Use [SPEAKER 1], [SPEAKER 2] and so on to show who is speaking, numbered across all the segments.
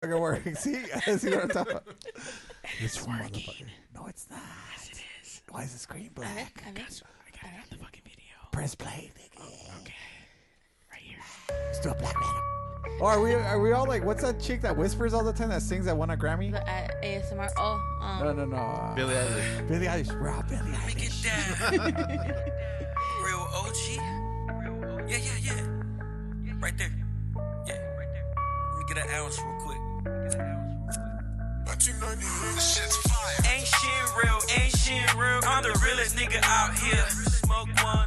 [SPEAKER 1] fucking working. See, see what I'm talking about?
[SPEAKER 2] It's working.
[SPEAKER 1] No, it's not.
[SPEAKER 2] Yes, it is. Uh,
[SPEAKER 1] Why is the screen
[SPEAKER 2] I
[SPEAKER 1] black?
[SPEAKER 2] got, I got it on the fucking video. Oh,
[SPEAKER 1] Press play, nigga.
[SPEAKER 2] Okay. Right here.
[SPEAKER 1] Let's do a black man. Oh, are we are we all like what's that chick that whispers all the time that sings that won a Grammy?
[SPEAKER 3] The uh, ASMR. Oh, um,
[SPEAKER 1] No, no, no.
[SPEAKER 4] Billy Eilish.
[SPEAKER 1] Billie Eilish. We're all Billie
[SPEAKER 5] Let me
[SPEAKER 1] Eilish.
[SPEAKER 5] get down. Real OG. Yeah, yeah, yeah. Right there. Yeah. Let me get an ounce real quick. Ain't shit real, ain't shit real. I'm the realest nigga out here. Smoke one.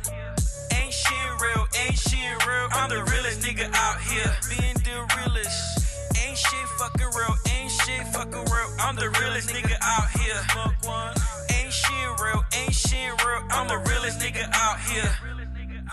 [SPEAKER 5] Ain't shit real, ain't shit real. I'm the realest nigga out here. Being the realest. Ain't shit fucking real, ain't shit fucking real. I'm the realest nigga out here. Smoke one. Ain't shit real, ain't shit real. I'm the realest nigga out here.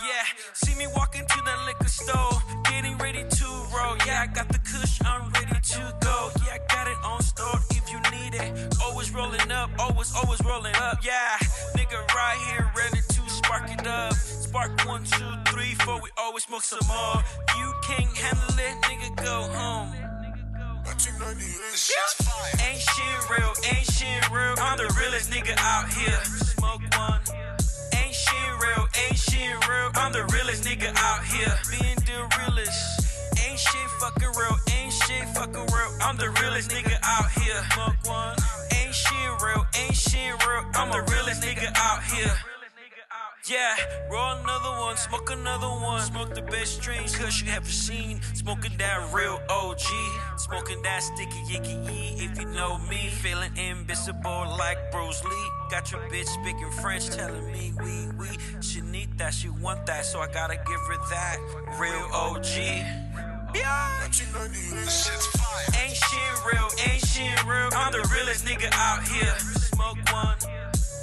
[SPEAKER 5] Yeah, see me walking to the liquor store, getting ready to roll. Yeah, I got the kush, I'm ready to go. Yeah, I got it on store if you need it. Always rolling up, always, always rolling up. Yeah, nigga right here, ready to spark it up. Spark one, two, three, four, we always smoke some more. You can't handle it, nigga, go home. Ain't shit real, ain't shit real. I'm the realest nigga out here. Smoke one. Ain't shit real, ain't shit real. I'm the realest nigga out here. Being the realest. Ain't shit fucking real, ain't shit fucking real. I'm the realest nigga out here. Smoke one. Ain't shit real, ain't shit real. I'm the realest nigga out here. Yeah, roll another one, smoke another one. Smoke the best dreams, cause you haven't seen. Smoking that real OG. Smoking that sticky yicky yee, if you know me. Feeling invincible like Bruce Lee. Got your bitch speaking French, telling me we, we. She need that, she want that, so I gotta give her that. Real OG. Yeah. Ain't shit real, ain't shit real. I'm the realest nigga out here. Smoke one.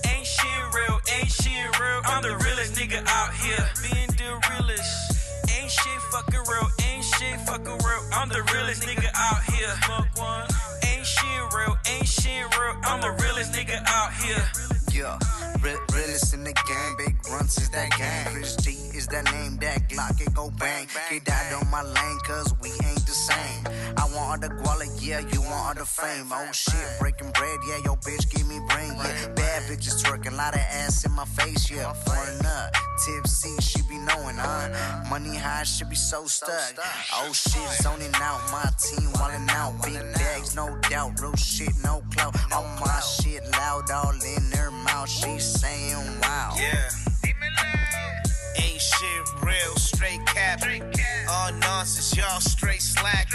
[SPEAKER 5] Ain't shit real, ain't shit real. I'm the realest nigga out here. Being the realest. Ain't shit fucking real, ain't shit fucking real. I'm the realest nigga out here. Smoke one. Ain't shit real, ain't shit real. I'm the realest nigga out here.
[SPEAKER 6] Yeah, real, realest in the game. Big runs is that game. Chris G is that name. That Glock it go bang. He died on my lane, cause we ain't the same. I want all the quality, yeah, you want all the fame. Oh shit, breaking bread, yeah, yo bitch give me brain. Yeah, bad bitches twerking, lot of ass in my face, yeah. Foreign up, tipsy, she be knowing, huh? Money high, she be so stuck. Oh shit, zoning out, my team wildin' out. Big bags, no doubt, real shit, no clout. All my shit loud, all in her mouth, she saying wow.
[SPEAKER 7] Yeah. Ain't shit real, straight cap. All nonsense, y'all straight slack.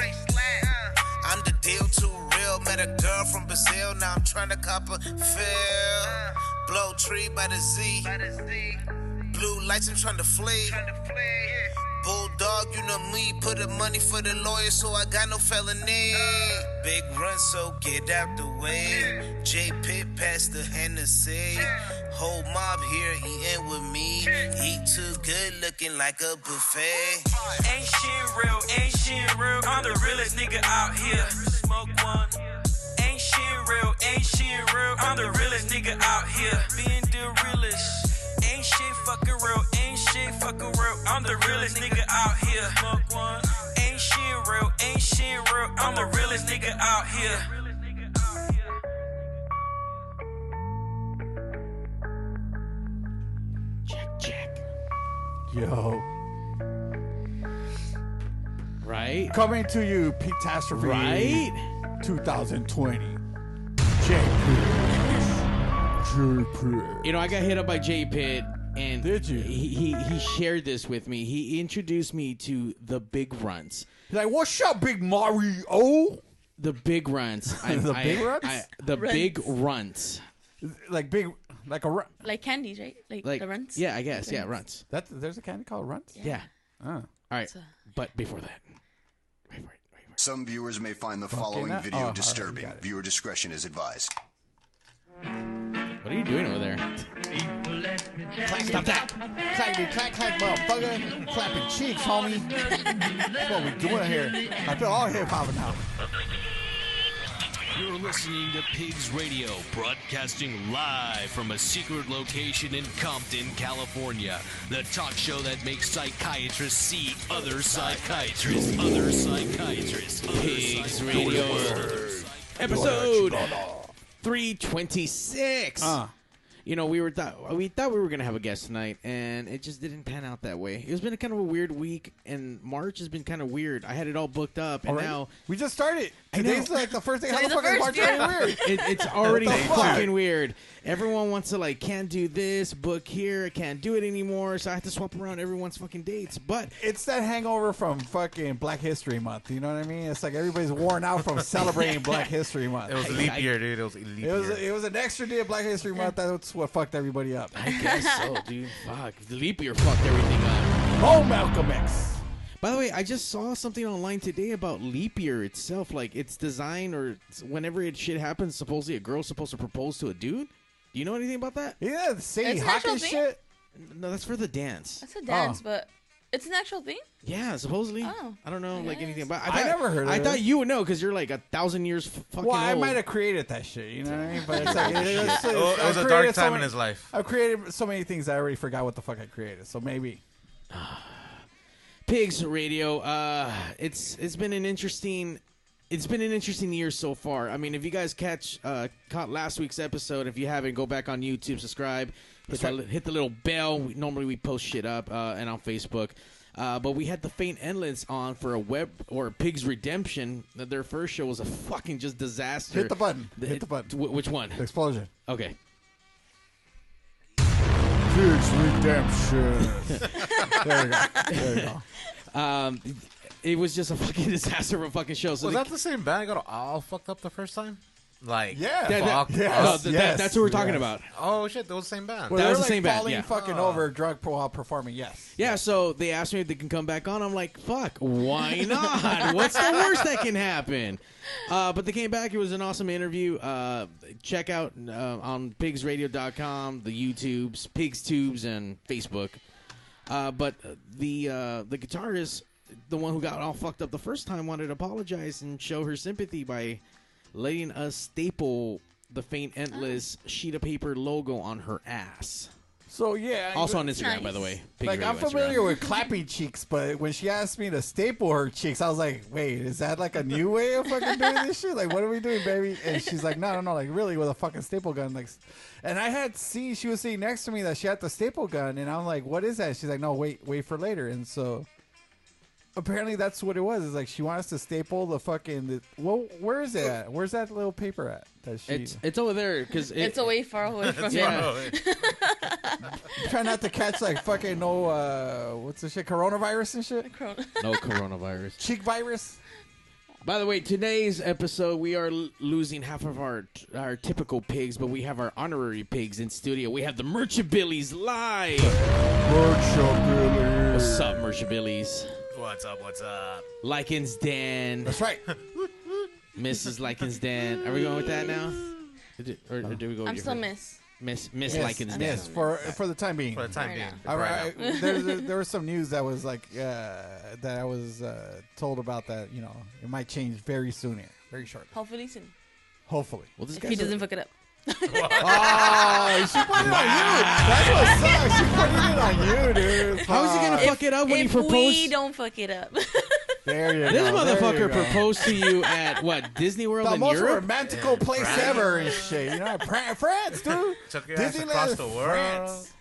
[SPEAKER 7] I'm the deal too real. Met a girl from Brazil, now I'm tryna cop a feel. Blow tree by the Z. Blue lights, I'm tryna flee. Bulldog, you know me. Put the money for the lawyer, so I got no felony. Big run, so get out the way. J Pitt past the Hennessy. Whole mob here eating with me. Eat too good, looking like a buffet.
[SPEAKER 5] Ain't shit real, ain't shit real. I'm the realest nigga out here. Smoke one. Ain't shit real, ain't shit real. I'm the realest nigga out here. Being the realest. Ain't shit fucking real, ain't shit fucking real. I'm the realest nigga out here. Smoke one. Ain't shit real, ain't shit real. I'm the realest nigga out here.
[SPEAKER 2] Check, check.
[SPEAKER 1] Yo.
[SPEAKER 2] Right?
[SPEAKER 1] Coming to you, Pete Tastrophe.
[SPEAKER 2] Right?
[SPEAKER 1] 2020. J. J.
[SPEAKER 2] You know, I got hit up by J Pitt. And
[SPEAKER 1] Did you?
[SPEAKER 2] He, he he shared this with me. He introduced me to the big runts.
[SPEAKER 1] Like, what's up, Big Mario?
[SPEAKER 2] The big runts. I,
[SPEAKER 1] The
[SPEAKER 2] I-
[SPEAKER 1] big runts?
[SPEAKER 2] I- the big runts.
[SPEAKER 1] Like big, like a run.
[SPEAKER 3] like candies, right? Like,
[SPEAKER 2] Like
[SPEAKER 3] the runs.
[SPEAKER 2] Yeah, I guess. Yeah, runts.
[SPEAKER 1] That's there's a candy called runs.
[SPEAKER 2] Yeah.
[SPEAKER 1] Oh.
[SPEAKER 2] All right.
[SPEAKER 3] So-
[SPEAKER 2] But before that, wait for it. Wait for it.
[SPEAKER 8] Some viewers may find the following
[SPEAKER 1] that- oh,
[SPEAKER 8] video
[SPEAKER 1] alright,
[SPEAKER 8] disturbing.
[SPEAKER 1] got it.
[SPEAKER 8] Viewer discretion is advised.
[SPEAKER 2] What are you doing over there?
[SPEAKER 1] Clack, stop that! Clack, you clack, clack, motherfucker! Clapping cheeks, homie. That's what we doing here. I feel all hip hop now.
[SPEAKER 4] You're listening to Pigs Radio, broadcasting live from a secret location in Compton, California. The talk show that makes psychiatrists see other psychiatrists, other psychiatrists. Other
[SPEAKER 2] Pigs
[SPEAKER 4] psychiatrists.
[SPEAKER 2] Radio. Episode 326.
[SPEAKER 9] Uh.
[SPEAKER 2] You know, we were thought we thought we were gonna have a guest tonight, and it just didn't pan out that way. It's been a kind of a weird week, and March has been kind of weird. I had it all booked up, and
[SPEAKER 9] Already?
[SPEAKER 2] now
[SPEAKER 9] we just started.
[SPEAKER 2] know.
[SPEAKER 9] Today's like the first thing. How the
[SPEAKER 3] Today's
[SPEAKER 9] fuck
[SPEAKER 3] the
[SPEAKER 9] is March
[SPEAKER 3] first,
[SPEAKER 9] already weird?
[SPEAKER 2] it, it's already
[SPEAKER 9] What the fuck?
[SPEAKER 2] fucking weird. Everyone wants to like can't do this, book here, I can't do it anymore. So I have to swap around everyone's fucking dates. But
[SPEAKER 9] It's that hangover from fucking Black History Month. You know what I mean? It's like everybody's worn out from celebrating Black History Month.
[SPEAKER 10] It was a leap year, dude. It was a leap
[SPEAKER 9] It was
[SPEAKER 10] year.
[SPEAKER 9] it was an extra day of Black History Month. That's what fucked everybody up.
[SPEAKER 2] I guess so, dude. Fuck, the leap year fucked everything up.
[SPEAKER 9] Oh, Malcolm X.
[SPEAKER 2] By the way, I just saw something online today about leap year itself. Like it's designed or it's- whenever it shit happens, supposedly a girl's supposed to propose to a dude. Do you know anything about that?
[SPEAKER 9] Yeah, Sadie
[SPEAKER 3] That's an actual
[SPEAKER 9] Hawkins
[SPEAKER 3] thing?
[SPEAKER 9] shit.
[SPEAKER 2] No, that's for the dance.
[SPEAKER 3] That's a dance,
[SPEAKER 9] Oh.
[SPEAKER 3] but it's an actual thing.
[SPEAKER 2] Yeah, supposedly.
[SPEAKER 3] Oh,
[SPEAKER 2] I don't know like
[SPEAKER 3] yes.
[SPEAKER 2] anything about.
[SPEAKER 9] I never heard of
[SPEAKER 2] I
[SPEAKER 9] it.
[SPEAKER 2] thought you would know because you're like a thousand years f- fucking
[SPEAKER 9] Well, I
[SPEAKER 2] old.
[SPEAKER 9] might have created that shit. You know what I mean? But it's like, Oh, it, it's-
[SPEAKER 10] Oh, It was,
[SPEAKER 9] I've
[SPEAKER 10] a dark time
[SPEAKER 9] created so
[SPEAKER 10] in
[SPEAKER 9] many-
[SPEAKER 10] his life.
[SPEAKER 9] I've created so many things I already forgot what the fuck I created. So maybe.
[SPEAKER 2] Pigs Radio. Uh, it's it's been an interesting. It's been an interesting year so far. I mean, if you guys catch uh, caught last week's episode, if you haven't, go back on YouTube, subscribe, hit, that, li- hit the little bell. We, normally we post shit up uh, and on Facebook, uh, but we had the Faint Endless on for a web or Pigs Redemption. Th- Their first show was a fucking just disaster.
[SPEAKER 9] Hit the button. Hit the button.
[SPEAKER 2] Wh- which one?
[SPEAKER 9] Explosion.
[SPEAKER 2] Okay.
[SPEAKER 9] Huge redemption. there we go. There we go.
[SPEAKER 2] Um, it was just a fucking disaster of a fucking show. So
[SPEAKER 10] Was
[SPEAKER 2] the-
[SPEAKER 10] that the same band I got all fucked up the first time? Like,
[SPEAKER 9] Yeah.
[SPEAKER 2] that- that-
[SPEAKER 10] fuck.
[SPEAKER 9] Yeah.
[SPEAKER 2] no,
[SPEAKER 9] Yes,
[SPEAKER 2] uh, th-
[SPEAKER 9] yes,
[SPEAKER 2] that- that's what we're talking
[SPEAKER 9] yes.
[SPEAKER 2] about.
[SPEAKER 10] Oh shit, those same band.
[SPEAKER 9] Well,
[SPEAKER 2] was
[SPEAKER 9] they're
[SPEAKER 2] the same
[SPEAKER 9] like
[SPEAKER 2] band,
[SPEAKER 9] falling
[SPEAKER 2] yeah.
[SPEAKER 9] fucking over drug while performing. Yes.
[SPEAKER 2] Yeah, so they asked me if they can come back on. I'm like, fuck, why not? What's the worst that can happen? Uh, but they came back. It was an awesome interview. Uh, check out uh, on pigsradio.com, the YouTubes, Pigs Tubes, and Facebook. Uh, but the uh, the guitarist, the one who got all fucked up the first time, wanted to apologize and show her sympathy by letting us staple the faint endless sheet of paper logo on her ass.
[SPEAKER 9] So yeah.
[SPEAKER 2] Also on Instagram, by
[SPEAKER 3] Nice.
[SPEAKER 2] the way. Pigs
[SPEAKER 9] like
[SPEAKER 2] Radio
[SPEAKER 9] I'm
[SPEAKER 2] Instagram.
[SPEAKER 9] familiar with clapping cheeks, but when she asked me to staple her cheeks, I was like, "Wait, is that like a new way of fucking doing this shit? Like, what are we doing, baby?" And she's like, "No, no, no, like really with a fucking staple gun." Like, and I had seen she was sitting next to me that she had the staple gun, and I'm like, "What is that?" She's like, "No, wait, wait for later." And so apparently that's what it was. It's like she wants to staple the fucking. The, well, where is it? At? Where's that little paper at? That she
[SPEAKER 2] It's it's over there because
[SPEAKER 3] it's a way far away from
[SPEAKER 2] Yeah.
[SPEAKER 3] it.
[SPEAKER 9] try not to catch like fucking no uh what's the shit coronavirus and shit
[SPEAKER 3] Corona.
[SPEAKER 2] no coronavirus.
[SPEAKER 9] cheek virus.
[SPEAKER 2] By the way, today's episode we are l- losing half of our our typical pigs, but we have our honorary pigs in studio. We have the Merchabillies live. What's up, Merchabillies?
[SPEAKER 10] what's up? What's up?
[SPEAKER 2] Likens Dan,
[SPEAKER 9] That's right.
[SPEAKER 2] Mrs. Likens Dan. Are we going with that now? Or, or do we go?
[SPEAKER 3] I'm
[SPEAKER 2] with
[SPEAKER 3] still
[SPEAKER 2] your-
[SPEAKER 3] miss.
[SPEAKER 2] Miss Miss
[SPEAKER 9] Yes,
[SPEAKER 2] Likens Dan.
[SPEAKER 9] yes, for for the time being.
[SPEAKER 10] For the time being.
[SPEAKER 3] Right
[SPEAKER 9] All
[SPEAKER 10] right
[SPEAKER 9] right, I- there, there, there was some news that was like uh, that I was uh, told about that you know it might change very soon here, very shortly,
[SPEAKER 3] Hopefully soon.
[SPEAKER 9] hopefully.
[SPEAKER 2] Well, this
[SPEAKER 3] If he
[SPEAKER 2] guy's
[SPEAKER 3] doesn't fuck it up.
[SPEAKER 9] Oh, she put it on you. That's what sucks. She put it on you, dude.
[SPEAKER 2] how is he gonna
[SPEAKER 9] Fuck.
[SPEAKER 2] fuck it up when he
[SPEAKER 3] if we
[SPEAKER 2] proposed?
[SPEAKER 3] don't fuck it up.
[SPEAKER 9] There you
[SPEAKER 2] This
[SPEAKER 9] go, Oh, there you
[SPEAKER 2] motherfucker
[SPEAKER 9] go.
[SPEAKER 2] proposed to you at what Disney World
[SPEAKER 9] The
[SPEAKER 2] in
[SPEAKER 9] most
[SPEAKER 2] Europe?
[SPEAKER 9] romantical place ever and shit. You know, Fra- France, dude.
[SPEAKER 10] Took your ass across the world.
[SPEAKER 9] France.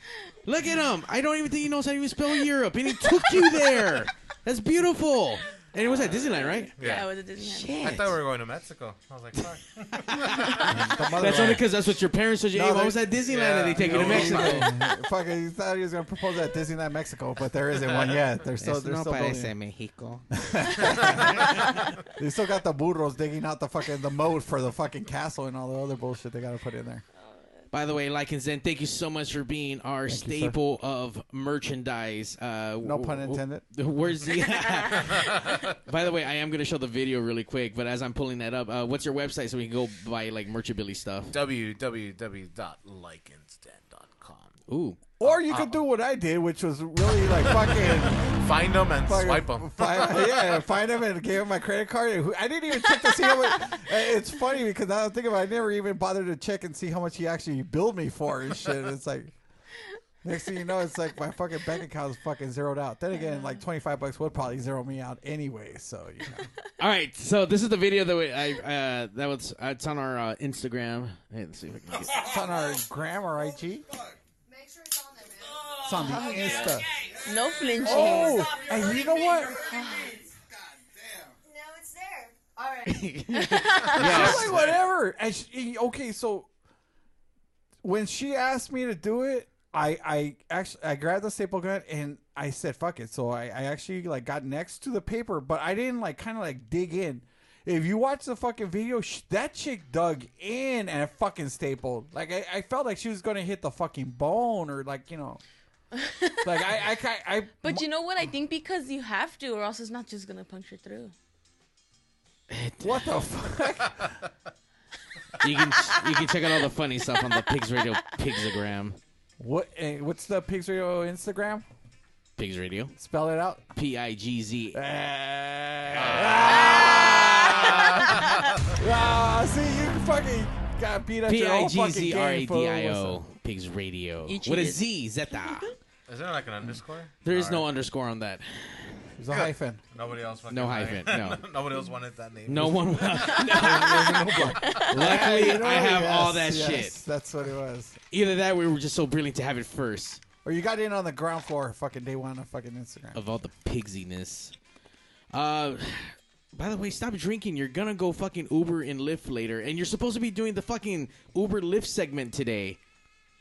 [SPEAKER 2] Look at him. I don't even think he knows how to even spell Europe, and he took you there. That's beautiful. And it was at Disneyland, right?
[SPEAKER 3] yeah,
[SPEAKER 10] Yeah.
[SPEAKER 3] with a Disney.
[SPEAKER 2] Shit.
[SPEAKER 10] I thought we were going to Mexico. I was like, fuck.
[SPEAKER 9] The
[SPEAKER 2] That's only
[SPEAKER 9] motherland.
[SPEAKER 2] because that's what your parents told you.
[SPEAKER 9] No,
[SPEAKER 2] hey, I
[SPEAKER 9] they-
[SPEAKER 2] was at Disneyland,
[SPEAKER 10] Yeah.
[SPEAKER 2] and they take you to
[SPEAKER 10] No,
[SPEAKER 2] Mexico.
[SPEAKER 9] Fucking, he thought he was gonna propose at Disneyland Mexico, but there isn't one yet. They're still, they're still building. it.
[SPEAKER 2] Mexico.
[SPEAKER 9] They still got the burros digging out the fucking the moat for the fucking castle and all the other bullshit they gotta put in there.
[SPEAKER 2] By the way, like and Zen, thank you so much for being our
[SPEAKER 9] you, sir.
[SPEAKER 2] staple of merchandise. Uh,
[SPEAKER 9] No pun intended.
[SPEAKER 2] Where's the? By the way, I am going to show the video really quick, but as I'm pulling that up, uh, what's your website so we can go buy like merchabilly stuff?
[SPEAKER 10] www.likensden.com.
[SPEAKER 2] Ooh,
[SPEAKER 9] Or you could do what I did, which was really like fucking,
[SPEAKER 10] Find them and
[SPEAKER 9] fucking
[SPEAKER 10] swipe them.
[SPEAKER 9] fi- yeah, find him and gave him my credit card. And who- I didn't even check to see how much. uh, it's funny because now I'm thinking about it, I never even bothered to check and see how much he actually billed me for and shit. It's like next thing you know, it's like my fucking bank account's fucking zeroed out. Then again, like twenty five bucks would probably zero me out anyway. So you know.
[SPEAKER 2] All right, so this is the video that we, I uh, that was uh, it's on our uh, Instagram. Hey, let's see if I can get it.
[SPEAKER 9] it's on our gram or IG. It's on the Insta.
[SPEAKER 3] No flinching.
[SPEAKER 9] Oh, and you know what? She's like, whatever. And she, okay, so when she asked me to do it, I, I actually I grabbed the staple gun and I said fuck it. So I, I actually like got next to the paper, but I didn't like kind of like dig in. If you watch the fucking video, sh- that chick dug in and fucking stapled. Like I, I felt like she was gonna hit the fucking bone or like you know, like I I ca- I.
[SPEAKER 3] But you know what? I think because you have to, or else it's not just gonna puncture through.
[SPEAKER 9] what the fuck?
[SPEAKER 2] You can you can check out all the funny stuff on the Pigs Radio Pigsagram.
[SPEAKER 9] What? eh, What's the Pigs Radio Instagram?
[SPEAKER 2] Pigs Radio.
[SPEAKER 9] Spell it out.
[SPEAKER 2] P I G Z. Eh.
[SPEAKER 9] Ah, see, you fucking got beat up
[SPEAKER 2] P
[SPEAKER 9] your
[SPEAKER 2] I
[SPEAKER 9] own
[SPEAKER 2] G
[SPEAKER 9] fucking
[SPEAKER 2] Z R A
[SPEAKER 9] game,
[SPEAKER 2] D
[SPEAKER 9] fool.
[SPEAKER 2] I O. Pigs Radio.
[SPEAKER 3] You
[SPEAKER 2] With a
[SPEAKER 3] cheated.
[SPEAKER 2] Z, Zeta.
[SPEAKER 10] Is there like an underscore?
[SPEAKER 2] There is no underscore on that.
[SPEAKER 9] There's a hyphen.
[SPEAKER 10] Nobody else. fucking
[SPEAKER 2] No
[SPEAKER 10] wanted-
[SPEAKER 2] hyphen. No.
[SPEAKER 10] Nobody else wanted that name.
[SPEAKER 2] No one. Luckily, I have all that
[SPEAKER 9] Yes, yes,
[SPEAKER 2] shit.
[SPEAKER 9] That's what it was.
[SPEAKER 2] Either that, we were just so brilliant to have it first
[SPEAKER 9] Or you got in on the ground floor, fucking day one on fucking Instagram.
[SPEAKER 2] of all the pigsiness. Uh, by the way, stop drinking. You're gonna go fucking Uber and Lyft later, and you're supposed to be doing the fucking Uber Lyft segment today.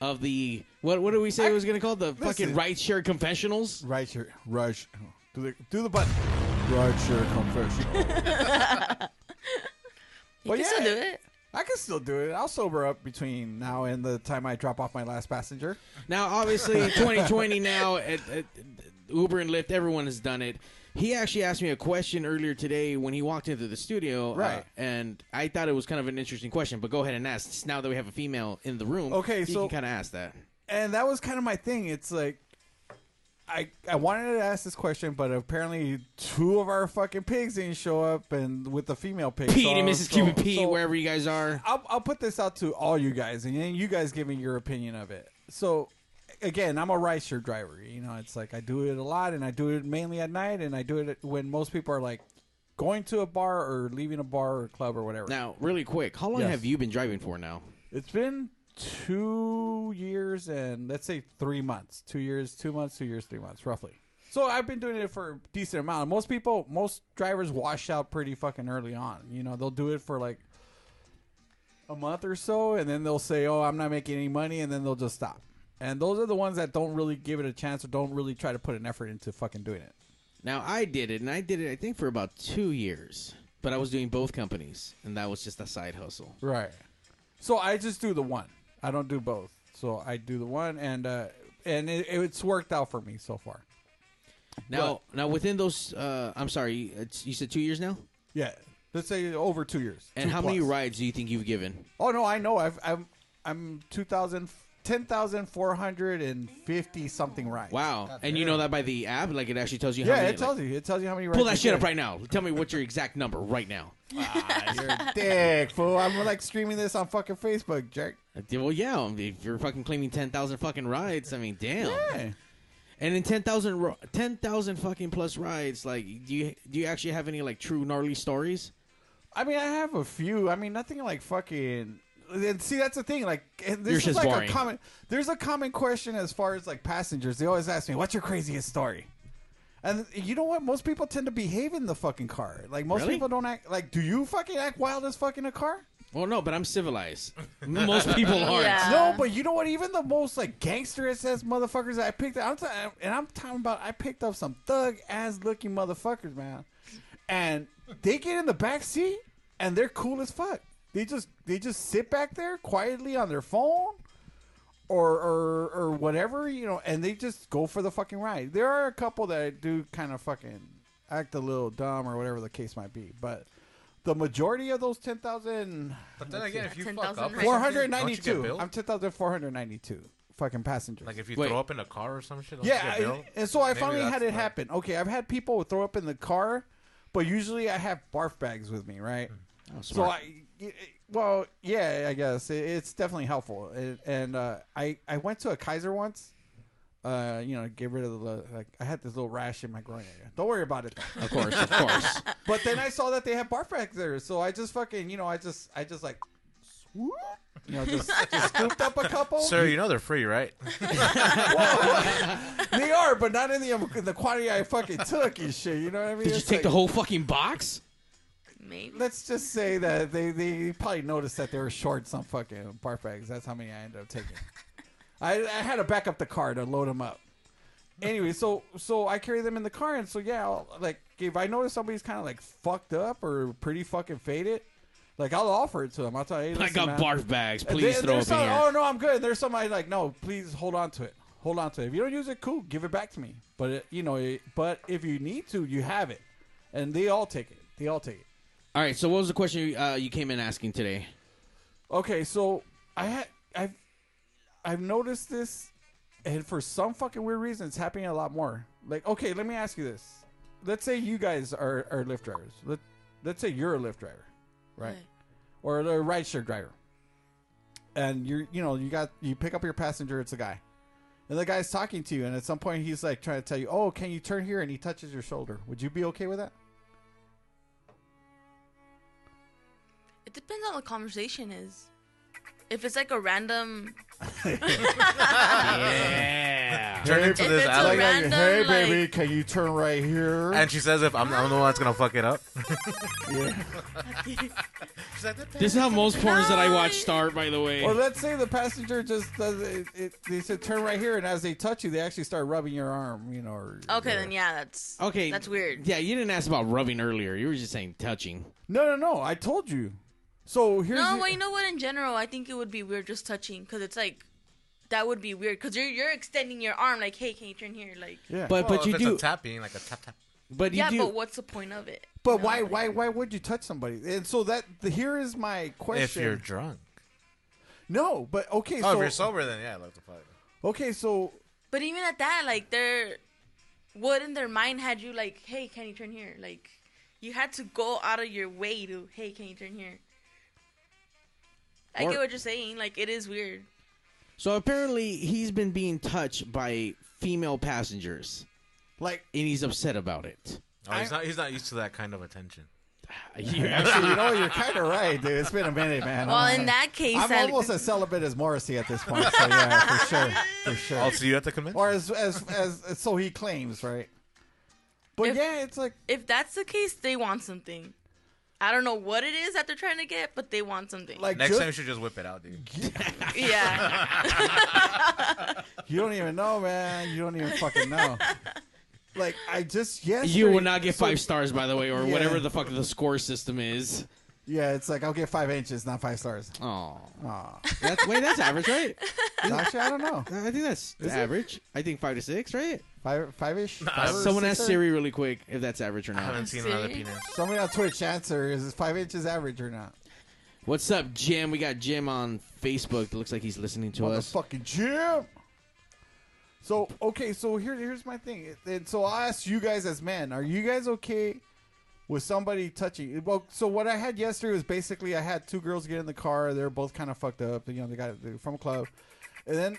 [SPEAKER 2] Of the what? What did we say it was gonna call the fucking
[SPEAKER 9] Listen.
[SPEAKER 2] ride share confessionals?
[SPEAKER 9] Right here, rush. Do the do the button. Right here, confession.
[SPEAKER 3] You
[SPEAKER 9] Well,
[SPEAKER 3] can still
[SPEAKER 9] yeah.
[SPEAKER 3] do it.
[SPEAKER 9] I can still do it. I'll sober up between now and the time I drop off my last passenger.
[SPEAKER 2] Now, obviously, 2020 now, at, at Uber and Lyft, everyone has done it. He actually asked me a question earlier today when he walked into the studio. uh,
[SPEAKER 9] Right.
[SPEAKER 2] and I thought it was kind of an interesting question, but go ahead and ask. Since Now that we have a female in the room,
[SPEAKER 9] Okay,
[SPEAKER 2] you
[SPEAKER 9] so-
[SPEAKER 2] can kind of ask that.
[SPEAKER 9] and that was kind of my thing. It's like I I wanted to ask this question, but apparently two of our fucking pigs didn't show up, and with the female pig,
[SPEAKER 2] Pete
[SPEAKER 9] so-
[SPEAKER 2] and Mrs.
[SPEAKER 9] so-
[SPEAKER 2] Cuban Pete,
[SPEAKER 9] so
[SPEAKER 2] wherever you guys are.
[SPEAKER 9] I'll I'll put this out to all you guys, and then you guys give me your opinion of it. So. Again, I'm a ride share driver. You know, it's like I do it a lot, and I do it mainly at night, and I do it when most people are like going to a bar or leaving a bar or club or whatever.
[SPEAKER 2] Now, really quick, how long
[SPEAKER 9] Yes.
[SPEAKER 2] have you been driving for now?
[SPEAKER 9] It's been two years and let's say three months. Two years, two months, two years, three months, roughly. So I've been doing it for a decent amount. Most people, most drivers wash out pretty fucking early on. You know, they'll do it for like a month or so, and then they'll say, "Oh, I'm not making any money," and then they'll just stop. And those are the ones that don't really give it a chance or don't really try to put an effort into fucking doing it.
[SPEAKER 2] Now, I did it, and I did it, I think, for about two years, but I was doing both companies, and that was just a side hustle.
[SPEAKER 9] Right. So I just do the one. I don't do both. So I do the one, and uh, and it, it's worked out for me so far.
[SPEAKER 2] Now, now within those, uh, I'm sorry, it's, you said two years now.
[SPEAKER 9] Yeah. Let's say over two years.
[SPEAKER 2] And
[SPEAKER 9] Two
[SPEAKER 2] how many
[SPEAKER 9] plus.
[SPEAKER 2] rides do you think you've given?
[SPEAKER 9] Oh no, I know. I've I'm I'm two thousand ten thousand four hundred and fifty something rides.
[SPEAKER 2] Wow! and you know that by the app, like it actually tells you. how
[SPEAKER 9] Yeah,
[SPEAKER 2] many,
[SPEAKER 9] it tells
[SPEAKER 2] like-
[SPEAKER 9] you. It tells you how many rides.
[SPEAKER 2] Pull that shit up right now. Tell me what's your exact number right now.
[SPEAKER 9] now. Dick fool. I'm like streaming this on fucking Facebook, Jack.
[SPEAKER 2] I did- Well, yeah, if you're fucking claiming ten thousand fucking rides, I mean, damn.
[SPEAKER 9] Hey.
[SPEAKER 2] And in 10,000 ro- 10,000 fucking plus rides, like, do you do you actually have any like true gnarly stories?
[SPEAKER 9] I mean, I have a few. I mean, nothing like fucking. And see, that's the thing. Like, and
[SPEAKER 2] You're
[SPEAKER 9] this is
[SPEAKER 2] just
[SPEAKER 9] like
[SPEAKER 2] boring.
[SPEAKER 9] a common. There's a common question as far as like passengers. They always ask me, "What's your craziest story?" And you know what? Most people tend to behave in the fucking car. Like most
[SPEAKER 2] Really?
[SPEAKER 9] people don't act. Like, do you fucking act wild as fucking a car?
[SPEAKER 2] Well, no, but I'm civilized. Most people aren't.
[SPEAKER 3] Yeah.
[SPEAKER 9] No, but you know what? Even the most like gangster ass motherfuckers I picked up, I'm t- and I'm talking about I picked up some thug ass looking motherfuckers, man. And they get in the back seat and they're cool as fuck. They just they just sit back there quietly on their phone or or or whatever, you know, and they just go for the fucking ride. There are a couple that do kind of fucking act a little dumb or whatever the case might be, but the majority of those 10,000
[SPEAKER 10] But then again, if you fuck
[SPEAKER 3] 10,000
[SPEAKER 10] up,
[SPEAKER 3] Four
[SPEAKER 9] Four
[SPEAKER 10] or something, don't you get
[SPEAKER 9] hundred ninety-two.
[SPEAKER 10] billed?
[SPEAKER 9] I'm ten thousand four hundred ninety-two fucking passengers.
[SPEAKER 10] Like if you
[SPEAKER 2] Wait.
[SPEAKER 10] throw up in a car or some shit. don't you
[SPEAKER 9] yeah,
[SPEAKER 10] get
[SPEAKER 9] I,
[SPEAKER 10] billed?
[SPEAKER 9] and so I
[SPEAKER 10] Maybe
[SPEAKER 9] finally
[SPEAKER 10] that's
[SPEAKER 9] had it
[SPEAKER 10] like-
[SPEAKER 9] happen. Okay, I've had people throw up in the car, but usually I have barf bags with me, right?
[SPEAKER 10] Hmm.
[SPEAKER 2] Oh,
[SPEAKER 9] so
[SPEAKER 2] smart.
[SPEAKER 9] I y- y- well, yeah, I guess it, it's definitely helpful. It, and uh, I I went to a Kaiser once. Uh, you know, get rid of the like. I had this little rash in my groin area. Don't worry about it. though.
[SPEAKER 2] Of course, of course.
[SPEAKER 9] but then I saw that they had bar packs there, so I just fucking you know I just I just like, swoop, you know, just, just scooped up a couple.
[SPEAKER 10] Sir, you know they're free, right?
[SPEAKER 9] they are, but not in the in the quantity I fucking took and shit. You know what I mean?
[SPEAKER 2] Did you
[SPEAKER 9] It's
[SPEAKER 2] take the
[SPEAKER 9] like-
[SPEAKER 2] whole fucking box?
[SPEAKER 3] Maybe.
[SPEAKER 9] Let's just say that they, they probably noticed that they were short some fucking bar bags. That's how many I ended up taking. I, I had to back up the car to load them up. Anyway, so so I carry them in the car, and so yeah, I'll, like if I notice somebody's kind of like fucked up or pretty fucking faded, like I'll offer it to them. I'll tell you, hey,
[SPEAKER 2] I
[SPEAKER 9] listen,
[SPEAKER 2] got
[SPEAKER 9] man,
[SPEAKER 2] barf bags.
[SPEAKER 9] and
[SPEAKER 2] Please
[SPEAKER 9] there-
[SPEAKER 2] throw
[SPEAKER 9] there's
[SPEAKER 2] up in
[SPEAKER 9] some-
[SPEAKER 2] here.
[SPEAKER 9] Oh no, I'm good. There's somebody like, no, please hold on to it. Hold on to it. If you don't use it, cool, give it back to me. But it, you know, it, but if you need to, you have it, and they all take it. They all take it.
[SPEAKER 2] All right. So, what was the question you, uh, you came in asking today?
[SPEAKER 9] Okay, so I had I've I've noticed this, and for some fucking weird reason, it's happening a lot more. Like, okay, let me ask you this: Let's say you guys are are Lyft drivers. Let Let's say you're a Lyft driver, right?
[SPEAKER 3] Right.
[SPEAKER 9] Or a rideshare driver, and you're you know you got you pick up your passenger. It's a guy, and the guy's talking to you, and at some point he's like trying to tell you, "Oh, can you turn here?" And he touches your shoulder. Would you be okay with that?
[SPEAKER 3] It depends on what conversation is. If it's like a random,
[SPEAKER 10] Turn into
[SPEAKER 3] If it's
[SPEAKER 10] this
[SPEAKER 3] a
[SPEAKER 10] alley.
[SPEAKER 3] rat- Random, "Hey, baby, like-
[SPEAKER 9] can you turn right here?
[SPEAKER 10] and she says, if I'm, I'm the one that's going to fuck it up.
[SPEAKER 2] This is how most porns that I watch
[SPEAKER 3] No.
[SPEAKER 2] start, by the way.
[SPEAKER 9] Or let's say the passenger just does it, it, they said turn right here, and as they touch you, they actually start rubbing your arm, you know. Or,
[SPEAKER 3] okay,
[SPEAKER 9] or-
[SPEAKER 3] then yeah, that's
[SPEAKER 2] Okay.
[SPEAKER 3] That's weird.
[SPEAKER 2] Yeah, you didn't ask about rubbing earlier. You were just saying touching.
[SPEAKER 9] No, no, no. I told you. So here's
[SPEAKER 3] No,
[SPEAKER 9] the-
[SPEAKER 3] well, you know what? In general, I think it would be weird just touching because it's like that would be weird because you're you're extending your arm like, hey, can you turn here? Like,
[SPEAKER 9] yeah.
[SPEAKER 2] But
[SPEAKER 10] Well, Oh,
[SPEAKER 2] but
[SPEAKER 10] if
[SPEAKER 2] you
[SPEAKER 10] it's
[SPEAKER 2] do.
[SPEAKER 10] a tapping, like a tap tap.
[SPEAKER 2] but you
[SPEAKER 3] yeah,
[SPEAKER 2] do.
[SPEAKER 3] but what's the point of it?
[SPEAKER 9] but
[SPEAKER 3] You know?
[SPEAKER 9] why why why would you touch somebody? And so that the, here is my question.
[SPEAKER 10] If you're drunk.
[SPEAKER 9] no, but okay.
[SPEAKER 10] Oh,
[SPEAKER 9] so
[SPEAKER 10] if you're sober, then yeah, I love to fuck.
[SPEAKER 9] okay, so
[SPEAKER 3] But even at that, like, they're what in their mind had you like, hey, can you turn here? Like, you had to go out of your way to, hey, can you turn here? I
[SPEAKER 9] Or-
[SPEAKER 3] get what you're saying. Like, it is weird.
[SPEAKER 2] So apparently, he's been being touched by female passengers,
[SPEAKER 9] like
[SPEAKER 2] and he's upset about it.
[SPEAKER 10] Oh, he's not, he's not used to that kind of attention.
[SPEAKER 2] You're
[SPEAKER 9] actually, you know, you're kind of right, dude. It's been a minute, man.
[SPEAKER 3] Well,
[SPEAKER 9] I'm-
[SPEAKER 3] in that case,
[SPEAKER 9] I'm
[SPEAKER 3] I-
[SPEAKER 9] almost as celibate as Morrissey at this point. So yeah, for sure, for sure.
[SPEAKER 10] Also, Oh, you at the convention?
[SPEAKER 9] or as as as so he claims, right? But
[SPEAKER 3] If-
[SPEAKER 9] yeah, it's like
[SPEAKER 3] If that's the case, they want something. I don't know what it is that they're trying to get, but they want something.
[SPEAKER 9] like
[SPEAKER 10] Next
[SPEAKER 9] ju-
[SPEAKER 10] time, you should just whip it out, dude.
[SPEAKER 3] yeah,
[SPEAKER 9] you don't even know, man. You don't even fucking know. like I just yes,
[SPEAKER 2] You will not get five stars, by the way, or
[SPEAKER 9] Yeah.
[SPEAKER 2] whatever the fuck the score system is.
[SPEAKER 9] Yeah, it's like I'll get five inches, not five stars.
[SPEAKER 2] Oh, that's wait, that's average, right?
[SPEAKER 9] Actually, I don't know.
[SPEAKER 2] Uh, I think that's average. I think five to six, right?
[SPEAKER 9] Five five ish.
[SPEAKER 2] Someone asked Siri really quick if that's average or
[SPEAKER 10] I
[SPEAKER 2] not.
[SPEAKER 10] haven't seen another
[SPEAKER 3] See?
[SPEAKER 10] penis.
[SPEAKER 9] Somebody on Twitch answer is it five inches average or not?
[SPEAKER 2] What's up, Jim? We got Jim on Facebook. It looks like he's listening to us.
[SPEAKER 9] Motherfucking Jim. So okay, so here here's my thing, and so I ask you guys as men, are you guys okay with somebody touching? Well, so what I had yesterday was basically I had two girls get in the car, they're both kind of fucked up, you know, they got they're from a club, and then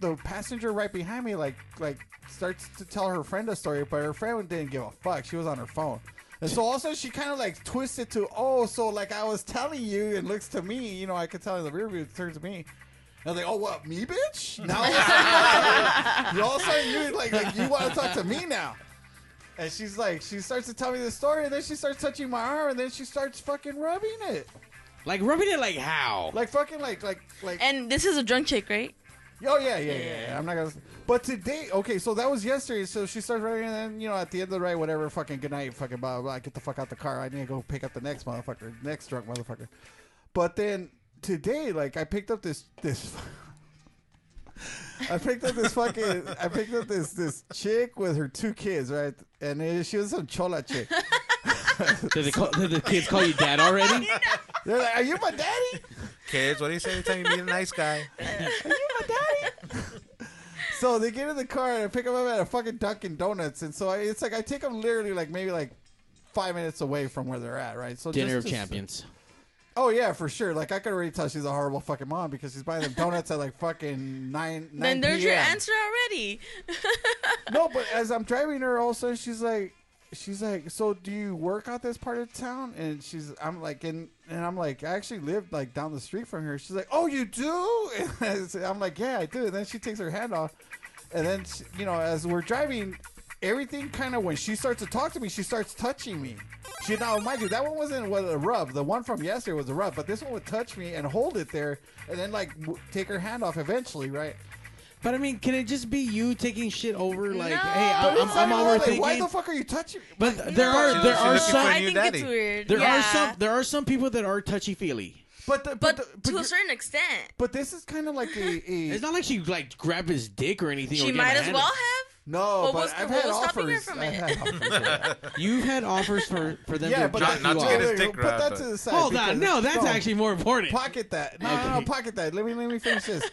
[SPEAKER 9] the passenger right behind me like like starts to tell her friend a story, but her friend didn't give a fuck. She was on her phone. And so also she kind of like twisted to oh so like I was telling you and looks to me you know I could tell in the rear view it turns to me and I was like oh what me bitch now all of a sudden, you all of a sudden you like like you want to talk to me now and she's like she starts to tell me the story and then she starts touching my arm and then she starts fucking rubbing it
[SPEAKER 2] Like rubbing it, like how?
[SPEAKER 9] like fucking like like like
[SPEAKER 3] and this is a drunk chick, right?
[SPEAKER 9] Oh yeah, yeah, yeah, yeah. I'm not gonna. But today, okay, so that was yesterday. So she starts running, and then you know, at the end of the ride, whatever, fucking good night, fucking blah blah. blah get the fuck out the car. I need to go pick up the next motherfucker, next drunk motherfucker. But then today, like, I picked up this this. I picked up this fucking. I picked up this this chick with her two kids, right? And it, she was some chola chick.
[SPEAKER 2] Did, they call, did the kids call you dad already?
[SPEAKER 9] They're like, "Are you my daddy?"
[SPEAKER 10] Kids, what do you say every time you meet a nice guy?
[SPEAKER 9] So they get in the car and I pick them up at a fucking Dunkin' Donuts, and so I, it's like I take them literally like maybe like five minutes away from where they're at, right? So just-
[SPEAKER 2] Dinner of
[SPEAKER 9] just-
[SPEAKER 2] Champions.
[SPEAKER 9] Oh yeah, for sure. Like I could already tell she's a horrible fucking mom because she's buying them donuts at like fucking nine. 9
[SPEAKER 3] Then there's your
[SPEAKER 9] PM.
[SPEAKER 3] answer already.
[SPEAKER 9] No, but as I'm driving her, also she's like, she's like, so do you work out this part of town? And she's, I'm like, and and I'm like, I actually live like down the street from here. She's like, oh, you do? And I said- I'm like, yeah, I do. And then she takes her hand off, and then she, you know, as we're driving, everything kind of when she starts to talk to me, she starts touching me. She now, mind you, that one wasn't was a rub. The one from yesterday was a rub, but this one would touch me and hold it there, and then like w- take her hand off eventually, right?
[SPEAKER 2] But I mean, can it just be you taking shit over? Like,
[SPEAKER 3] No.
[SPEAKER 2] hey,
[SPEAKER 9] But
[SPEAKER 2] I,
[SPEAKER 9] it's
[SPEAKER 2] I'm, I'm
[SPEAKER 9] not like,
[SPEAKER 2] overthinking.
[SPEAKER 9] Why the fuck are you touching? me?
[SPEAKER 2] but there
[SPEAKER 3] No.
[SPEAKER 2] are there
[SPEAKER 10] She's looking
[SPEAKER 2] are
[SPEAKER 10] for
[SPEAKER 2] some
[SPEAKER 10] a
[SPEAKER 3] I
[SPEAKER 10] new
[SPEAKER 3] think
[SPEAKER 10] daddy.
[SPEAKER 3] it's weird.
[SPEAKER 2] there
[SPEAKER 3] yeah.
[SPEAKER 2] are some there are some people that are touchy feely.
[SPEAKER 9] But the,
[SPEAKER 3] but,
[SPEAKER 9] the-
[SPEAKER 3] to a
[SPEAKER 9] you're-
[SPEAKER 3] certain extent,
[SPEAKER 9] But this is kind of like a, a
[SPEAKER 2] It's not like she like grabbed his dick or anything. or
[SPEAKER 3] she
[SPEAKER 2] gave
[SPEAKER 3] might
[SPEAKER 2] him a
[SPEAKER 3] as
[SPEAKER 2] hand.
[SPEAKER 3] well have.
[SPEAKER 9] no.
[SPEAKER 3] What
[SPEAKER 9] but
[SPEAKER 3] was-
[SPEAKER 9] I've
[SPEAKER 3] what
[SPEAKER 9] had
[SPEAKER 3] was stopping her
[SPEAKER 9] offers.
[SPEAKER 3] from
[SPEAKER 9] I've
[SPEAKER 3] it?
[SPEAKER 9] had offers.
[SPEAKER 2] You've had offers for for them
[SPEAKER 9] yeah,
[SPEAKER 2] to
[SPEAKER 9] but
[SPEAKER 2] jerk
[SPEAKER 10] not- not
[SPEAKER 9] that,
[SPEAKER 2] you
[SPEAKER 10] to
[SPEAKER 2] off.
[SPEAKER 10] get his dick
[SPEAKER 9] Put that
[SPEAKER 10] grabbed,
[SPEAKER 9] to
[SPEAKER 10] but-
[SPEAKER 9] the side.
[SPEAKER 2] Hold on,
[SPEAKER 9] because-
[SPEAKER 2] no, that's
[SPEAKER 9] no,
[SPEAKER 2] actually more important.
[SPEAKER 9] Pocket that. No, no, no,
[SPEAKER 2] Okay.
[SPEAKER 9] pocket that. Let me let me finish this.